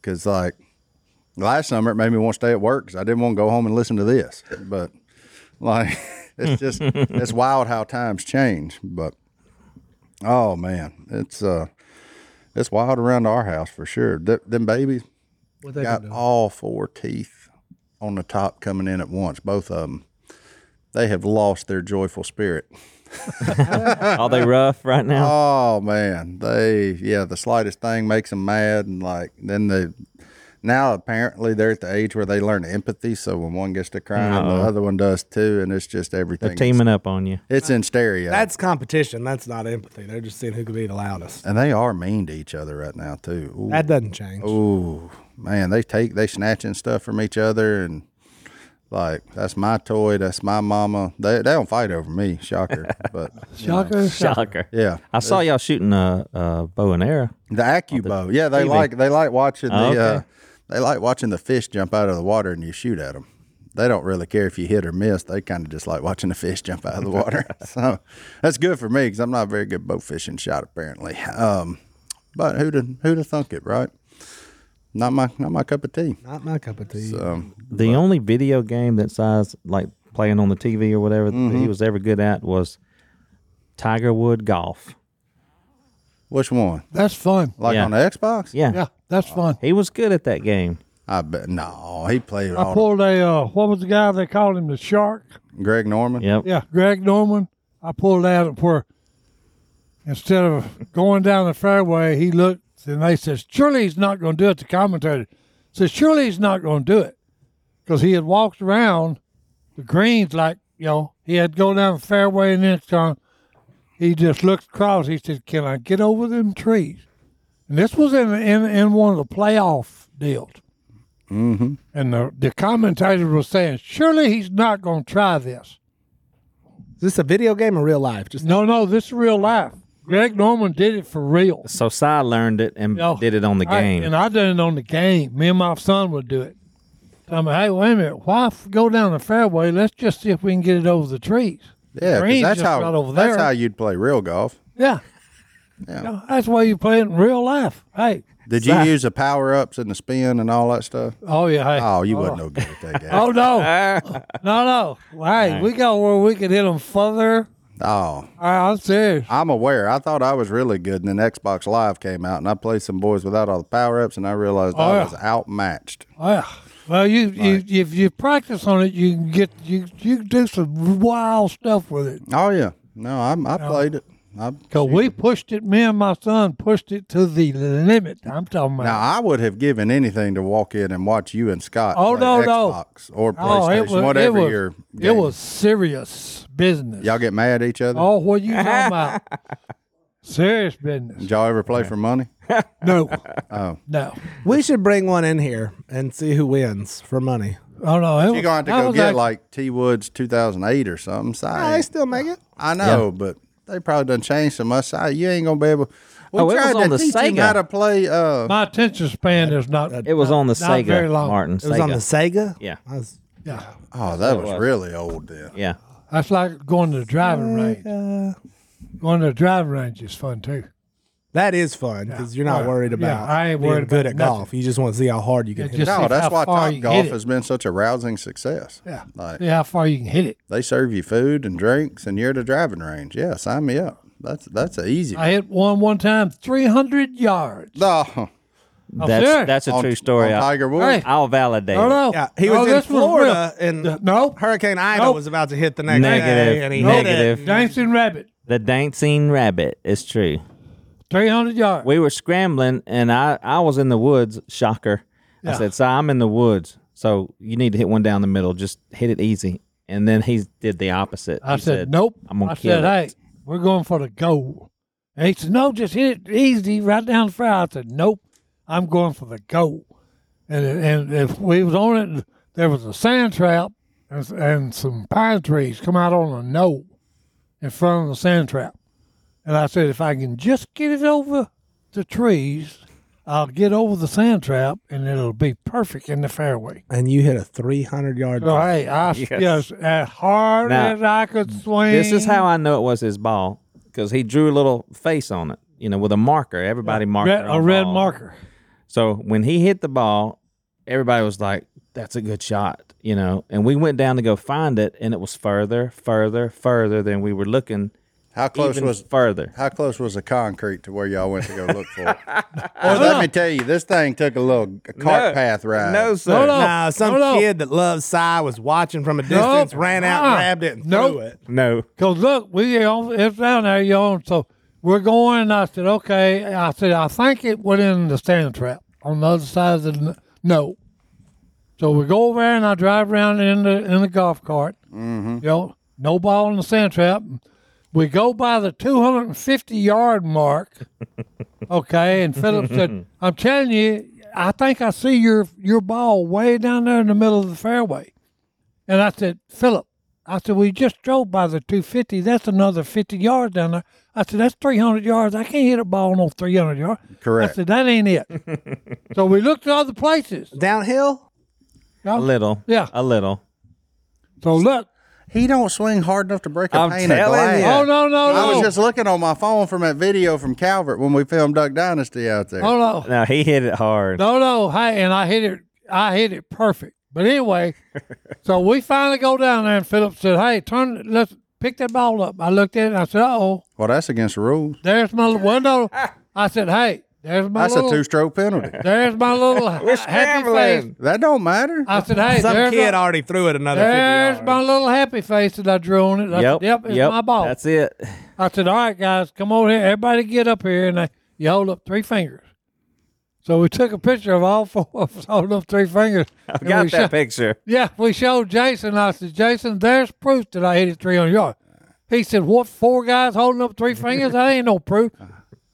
S3: Because like last summer, it made me want to stay at work because I didn't want to go home and listen to this. But [laughs] like, it's just it's wild how times change. But oh man, it's uh, it's wild around our house for sure. Th- them babies
S1: What they
S3: got
S1: gonna do?
S3: all four teeth on the top coming in at once, both of them. They have lost their joyful spirit. [laughs]
S4: Are they rough right now?
S3: Oh man, they yeah, the slightest thing makes them mad, and like then they now apparently they're at the age where they learn empathy. So when one gets to crying, the other one does too, and it's just everything.
S4: They're teaming up on you.
S3: It's in stereo,
S1: That's competition. That's not empathy. They're just seeing who can be the loudest.
S3: and they are mean to each other right now too.
S1: That doesn't change.
S3: Ooh, ooh, man, they take they snatching stuff from each other and. Like that's my toy, that's my mama. They they don't fight over me, shocker. But you know,
S2: Shocker.
S4: Shocker.
S3: yeah,
S4: I saw y'all shooting a, a bow and arrow.
S3: The AccuBow. yeah, they
S4: TV.
S3: like they like watching the
S4: Oh, okay.
S3: uh, they like watching the fish jump out of the water and you shoot at them. They don't really care if you hit or miss. They kind of just like watching the fish jump out of the water. so that's good for me because I'm not a very good bow fishing shot apparently. Um, but who'd have, who'd have thunk it, right? Not my not my cup of tea.
S1: Not my cup of tea.
S3: Um,
S4: The only video game that size like playing on the TV or whatever that
S3: Mm-hmm.
S4: he was ever good at was Tiger Wood golf.
S3: which one?
S2: That's fun.
S3: Like
S4: Yeah.
S3: on the Xbox?
S4: Yeah.
S2: Yeah, that's fun.
S4: He was good at that game.
S3: I bet no. He played
S2: I
S3: all the-
S2: pulled a uh, what was the guy they called him the shark?
S3: Greg Norman.
S4: Yep.
S2: Yeah, Greg Norman. I pulled out where instead of going down the fairway, he looked and they says, "Surely he's not going to do it." The commentator says, "Surely he's not going to do it," because he had walked around the greens like you know he had go down the fairway and then gone. He just looked across. He said, "Can I get over them trees?" And this was in in, in one of the playoff deals. Mm-hmm. And the, the commentator was saying, "Surely he's not going to try this."
S1: Is this a video game or real life? Just
S2: No, no, this is real life. Greg Norman did it for real.
S4: So Cy learned it and
S2: You know,
S4: did it on the
S2: I-
S4: game.
S2: and I done it on the game. Me and my son would do it. I'm like, hey, wait a minute. Why f- go down the fairway? Let's just see if we can get it over the trees.
S3: Yeah, 'cause
S2: Green's
S3: that's
S2: just
S3: how
S2: right over
S3: that's
S2: there.
S3: how you'd play real golf.
S2: Yeah.
S3: Yeah.
S2: You know, that's why you play it in real life. Hey.
S3: Did you use the power ups and the spin and all that stuff?
S2: Oh, yeah. [laughs] Hey.
S3: Oh, you wasn't no good
S2: [laughs]
S3: at that game.
S2: Oh,
S3: [laughs]
S2: no. no, no. Hey, we got where we could hit them further.
S3: Oh,
S2: I- I'm serious.
S3: I'm aware. I thought I was really good, and then Xbox Live came out, and I played some boys without all the power ups, and I realized
S2: Oh,
S3: I
S2: yeah.
S3: was outmatched.
S2: Yeah. Well, you, you if you practice on it, you can get you you can do some wild stuff with it.
S3: Oh yeah, no, I'm, I played it. I,
S2: Cause we pushed it, me and my son pushed it to the limit. I'm talking
S3: now
S2: about.
S3: I would have given anything to walk in and watch you and Scott
S2: Oh,
S3: play
S2: no, no.
S3: Xbox or
S2: oh,
S3: PlayStation,
S2: it was
S3: whatever
S2: it was,
S3: your
S2: it
S3: game.
S2: was serious business.
S3: Y'all get mad at each other.
S2: Oh, what you
S3: [laughs]
S2: talking about? serious business.
S3: Did y'all ever play for money? [laughs]
S2: No.
S3: Oh.
S2: No.
S1: we should bring one in here and see who wins for money.
S2: Oh no. It
S3: You're
S2: was-
S3: going to
S2: that
S3: go
S2: was
S3: get
S2: act-
S3: like T Woods 2008 or something. Si.
S2: Uh,
S1: Oh, they still make it.
S3: I know, but they probably done changed so much. I, you ain't gonna be able. We
S4: Oh, it
S3: tried
S4: was on
S3: to
S4: the
S3: teach him
S4: Sega.
S3: how to play. Uh,
S2: my attention span is not.
S4: it was on the
S2: not
S4: Sega,
S2: very long.
S4: Martin.
S1: It was on the Sega.
S4: Yeah.
S1: I was-
S2: Yeah.
S3: oh, that was really old then.
S4: yeah.
S2: That's like going to the driving
S3: Uh,
S2: range. Going to the driving range is fun too.
S1: That is fun because you're not
S2: Yeah.
S1: worried
S2: Yeah,
S1: about
S2: I ain't
S1: being
S2: worried
S1: good
S2: about
S1: at
S2: nothing.
S1: golf. You just want to see how hard you can
S2: It
S1: hit.
S2: just-
S1: it.
S3: No,
S2: see
S3: that's
S2: how
S3: why
S2: far you
S3: Top
S2: can
S3: Golf
S2: hit it.
S3: has been such a rousing success.
S2: Yeah.
S3: Like-
S2: See how far you can hit it.
S3: They serve you food and drinks, and you're at a driving range. Yeah, sign me up. That's that's a easy.
S2: I hit one one time, 300 yards.
S3: No,
S2: I'm
S4: that's
S2: serious.
S4: that's a
S3: on-
S4: true story.
S3: on
S4: I,
S3: Tiger Woods.
S2: Oh, Hey.
S4: I'll validate.
S2: Oh,
S4: it.
S2: no.
S1: Yeah, he
S2: No,
S1: was in
S2: this real.
S1: Florida and
S2: no,
S1: Hurricane Ida
S2: Nope.
S1: was about to hit the next
S4: Negative,
S1: day, and he
S4: negative.
S1: hit it.
S2: Jameson Rabbit,
S4: The dancing rabbit is true.
S2: 300 yards.
S4: We were scrambling, and I I was in the woods. Shocker! I
S2: Yeah.
S4: said, "So I'm in the woods. So you need to hit one down the middle. Just hit it easy." And then he did the opposite.
S2: I
S4: He
S2: said, nope.
S4: I'm gonna
S2: I
S4: kill
S2: said,
S4: it."
S2: hey, we're going for the goal. And he said, no, just hit it easy right down the fairway. I said, nope, I'm going for the goal. And and if we was on it, there was a sand trap and, s- and some pine trees come out on a knoll in front of the sand trap. And I said, if I can just get it over the trees, I'll get over the sand trap and it'll be perfect in the fairway.
S1: And you hit a 300 yard.
S2: So, hey, Oh, I, yes, as hard
S4: Now,
S2: as I could swing.
S4: This is how I know it was his ball because he drew a little face on it, you know, with a marker. Everybody marked
S2: Red-
S4: their
S2: a
S4: own
S2: red
S4: ball.
S2: marker.
S4: So when he hit the ball, everybody was like, "That's a good shot," you know. And we went down to go find it, and it was further, further, further than we were looking.
S3: how close
S4: even
S3: was
S4: further.
S3: how close was the concrete to where y'all went to go look
S4: [laughs]
S3: for it? or let me tell you, this thing took a little cart path ride.
S4: No,
S2: Hold
S4: sir.
S2: on.
S1: Nah, some
S2: Hold on.
S1: kid that loves Psy was watching from a distance, ran out,
S2: Uh-uh.
S1: grabbed it, and
S2: Nope.
S1: threw it.
S4: No.
S2: Cause look, we on, it's down there, you on. So we're going. And I said, okay. And I said, I think it went in the sand trap on the other side of the n- no. So we go over there and I drive around in the in the golf cart. Mm-hmm. You know, no ball in the sand trap. We go by the 250 yard mark. Okay, and Philip said, "I'm telling you, I think I see your your ball way down there in the middle of the fairway." And I said, "Philip, I said we just drove by the 250. That's another 50 yards down there." I said, "That's 300 yards. I can't hit a ball no 300 yards." I
S3: Correct.
S2: said, "That ain't it." so we looked at other places.
S1: Downhill?
S2: Yeah.
S4: A little.
S2: Yeah.
S4: A little.
S2: So look.
S3: He don't swing hard enough to break a
S4: I'm
S3: pane of
S4: telling
S3: glass.
S4: you.
S2: Oh no no no!
S3: I was just looking on my phone from that video from Calvert when we filmed Duck Dynasty out there.
S2: oh no.
S4: No, he hit it hard.
S2: No, no. Hey, and I hit it. I hit it perfect. But anyway, so we finally go down there, and Philip said, "Hey, turn. Let's pick that ball up." I looked at it. and I said, "Oh,
S3: Well, that's against the rules.
S2: there's my window." I said, "Hey, there's my
S3: That's a
S2: little.
S3: two-stroke penalty.
S2: there's my little happy face."
S4: Scrambling.
S3: that don't matter.
S2: I said, "Hey,
S1: Some
S2: there's,
S1: kid
S2: my,
S1: already threw it another 50
S2: there's
S1: yards.
S2: my little happy face that I drew on it." I
S4: Yep.
S2: said, "Yep, it's
S4: yep.
S2: my ball."
S4: That's it. [laughs]
S2: I said, "All right, guys, come over here. Everybody, get up here." And I, you hold up three fingers. So we took a picture of all four of us [laughs] holding up three fingers.
S4: I got that picture.
S2: Yeah, we showed Jason. I said, Jason, there's proof that I hit it 300 yards. He said, What, four guys holding up three fingers? That ain't no proof.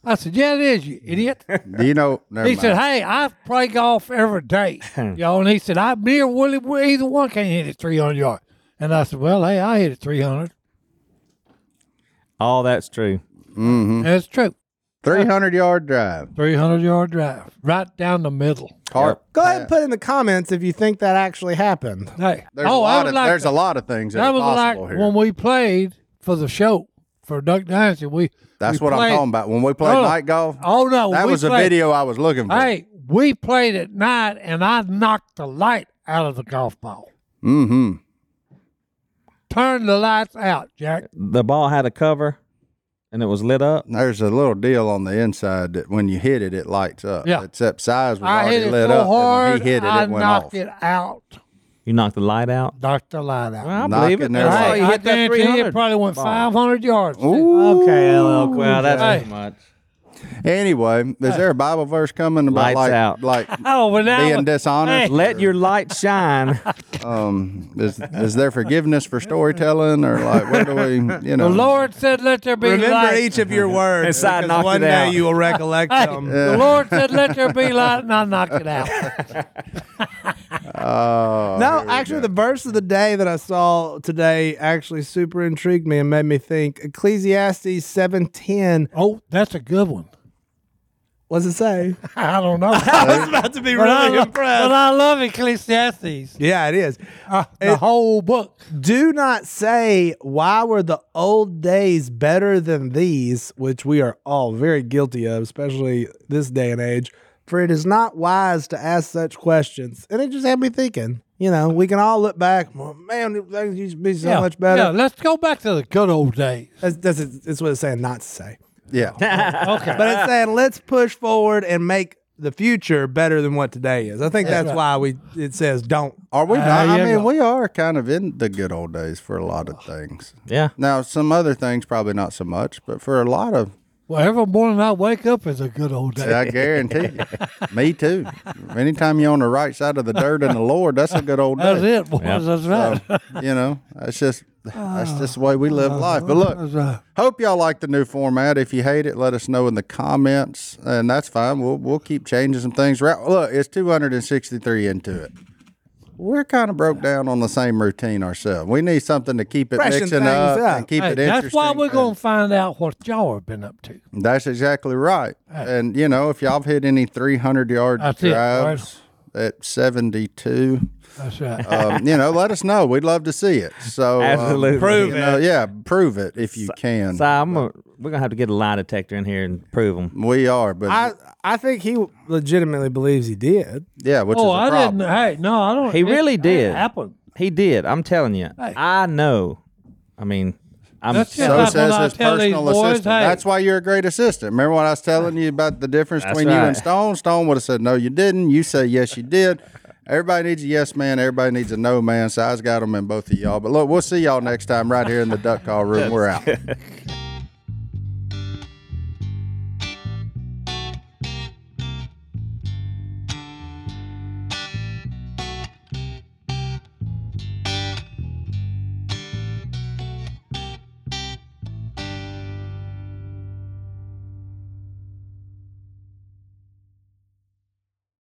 S2: I said, Yeah, it is,
S4: [laughs]
S2: you idiot.
S3: Do you know? Never
S2: He
S3: mind.
S2: said, Hey, I play golf every
S4: [laughs]
S2: day. Y'all, and he said, I, me or Willie, we- either one can't hit it 300 yards. And I said, Well, hey, I hit it 300.
S4: All that's true. Mm.
S2: And it's true.
S3: 300 yard drive.
S2: 300 yard drive, right down the middle.
S3: Cart.
S1: Go ahead and put in the comments if you think that actually happened.
S2: Hey,
S3: There's
S2: oh,
S3: a
S2: I
S3: lot
S2: would
S3: of
S2: like
S3: there's
S2: to-
S3: a lot of things that,
S2: That
S3: are
S2: was like
S3: possible here.
S2: when we played for the show for Duck Dynasty. We
S3: That's
S2: we
S3: what I'm
S2: played-
S3: talking about. When we played
S2: Oh,
S3: night golf,
S2: Oh no,
S3: that
S2: we
S3: was a
S2: played-
S3: video I was looking for.
S2: Hey, we played at night, and I knocked the light out of the golf ball.
S3: Mm-hmm.
S2: Turned the lights out, Jack.
S4: The ball had a cover and it was lit up.
S3: There's a little deal on the inside that when you hit it, it lights up.
S2: Yeah.
S3: Except size was
S2: I
S3: already
S2: hit it
S3: lit
S2: so
S3: up. and when
S2: hard,
S3: he hit it,
S2: I
S3: it went
S2: knocked
S3: off.
S2: it out.
S4: You knocked the light out.
S2: Knocked the light out.
S4: I
S3: Knocking
S4: believe it.
S3: their
S4: That's
S3: light.
S4: how
S2: Hey,
S4: you
S2: I
S4: hit that
S2: guarantee it
S4: 300.
S2: probably went 500 yards.
S4: Okay, LL. Well,
S2: Hey.
S4: that's too much.
S3: Anyway, is there a Bible verse coming about
S4: Lights
S3: like
S2: [laughs]
S4: out.
S3: like
S2: Oh, but now [laughs]
S3: being dishonest?
S4: Let your light shine.
S3: Um, is is there forgiveness for storytelling or like where do we you know?
S2: the Lord said, "Let there be
S1: Remember
S2: light."
S1: each of your words.
S4: And Cy
S1: because
S4: knocked
S1: one
S4: it
S1: day
S4: out.
S1: you will recollect
S2: [laughs] Hey,
S1: them.
S2: The Lord said, "Let there be light," and I knocked it [laughs] out.
S3: Oh,
S1: No,
S3: here we
S1: actually,
S3: go.
S1: the verse of the day that I saw today actually super intrigued me and made me think. Ecclesiastes seven ten.
S2: oh, that's a good one.
S1: What's it say?
S2: I don't [laughs] know.
S1: I was about to be
S2: But I,
S1: really
S2: lo-
S1: impressed.
S2: but I love Ecclesiastes,
S1: uh, yeah, it is.
S2: uh, the whole book.
S1: Do not say, Why were the old days better than these? Which we are all very guilty of, especially this day and age. For it is not wise to ask such questions. And it just had me thinking, you know, we can all look back, well, man, things used to be so much
S2: Yeah,
S1: better.
S2: let's go back to the good old days.
S1: [laughs] That's, that's, that's what it's saying not to say.
S3: Yeah.
S2: Okay.
S1: But it's saying, let's push forward and make the future better than what today is. I think that's why we it says don't.
S3: Are
S2: [laughs]
S3: we not?
S2: Uh, yeah,
S3: I mean,
S2: go-
S3: we are kind of in the good old days for a lot of things.
S4: Yeah.
S3: Now, some other things probably not so much, but for a lot of,
S2: well, every morning I wake up is a good old day.
S3: I guarantee you, me too. Anytime you're on the right side of the dirt in the Lord, that's a good old
S2: That's
S3: day.
S2: it, boys. That's right.
S3: You know, that's just that's just the way we live life. But
S2: That's
S3: look,
S2: right.
S3: hope y'all like the new format. If you hate it, let us know in the comments, and that's fine. We'll we'll keep changing some things. Ra- Look, it's 263 into it. We're kind of broke down on the same routine ourselves. We need something to keep it
S1: Freshen
S3: mixing
S1: things
S3: up,
S1: up.
S3: and keep
S2: Hey,
S3: it interesting.
S2: that's why we're
S3: and-
S2: going to find out what y'all have been up to.
S3: That's exactly right. And you know, if y'all have hit any 300 yard
S2: That's it,
S3: drives at 72,
S2: That's right.
S3: um, you know, let us know. We'd love to see it. So um,
S4: Absolutely. Prove
S3: you know, yeah, prove it if you can.
S4: So I'm gonna- we're gonna have to get a lie detector in here and prove them.
S3: we are, but
S1: I, I think he legitimately believes he did.
S3: yeah, which
S2: oh,
S3: is a
S2: I
S3: problem.
S2: didn't. Hey, no, I don't.
S4: He really
S2: it
S4: did.
S2: Happened.
S4: He did. I'm telling you.
S2: Hey.
S4: I know. I mean, I'm.
S2: That's it.
S3: So
S2: That's
S3: says
S2: what I
S3: his
S2: tell these
S3: personal
S2: boys,
S3: assistant.
S2: hey.
S3: That's why you're a great assistant. Remember when I was telling you about the difference
S4: That's
S3: between you and
S4: right.
S3: Stone? Stone would have said, "No, you didn't." You say, "Yes, you did." Everybody needs a yes man. Everybody needs a no man. So I've got them in both of y'all. But look, we'll see y'all next time right here in the Duck Call Room. We're out.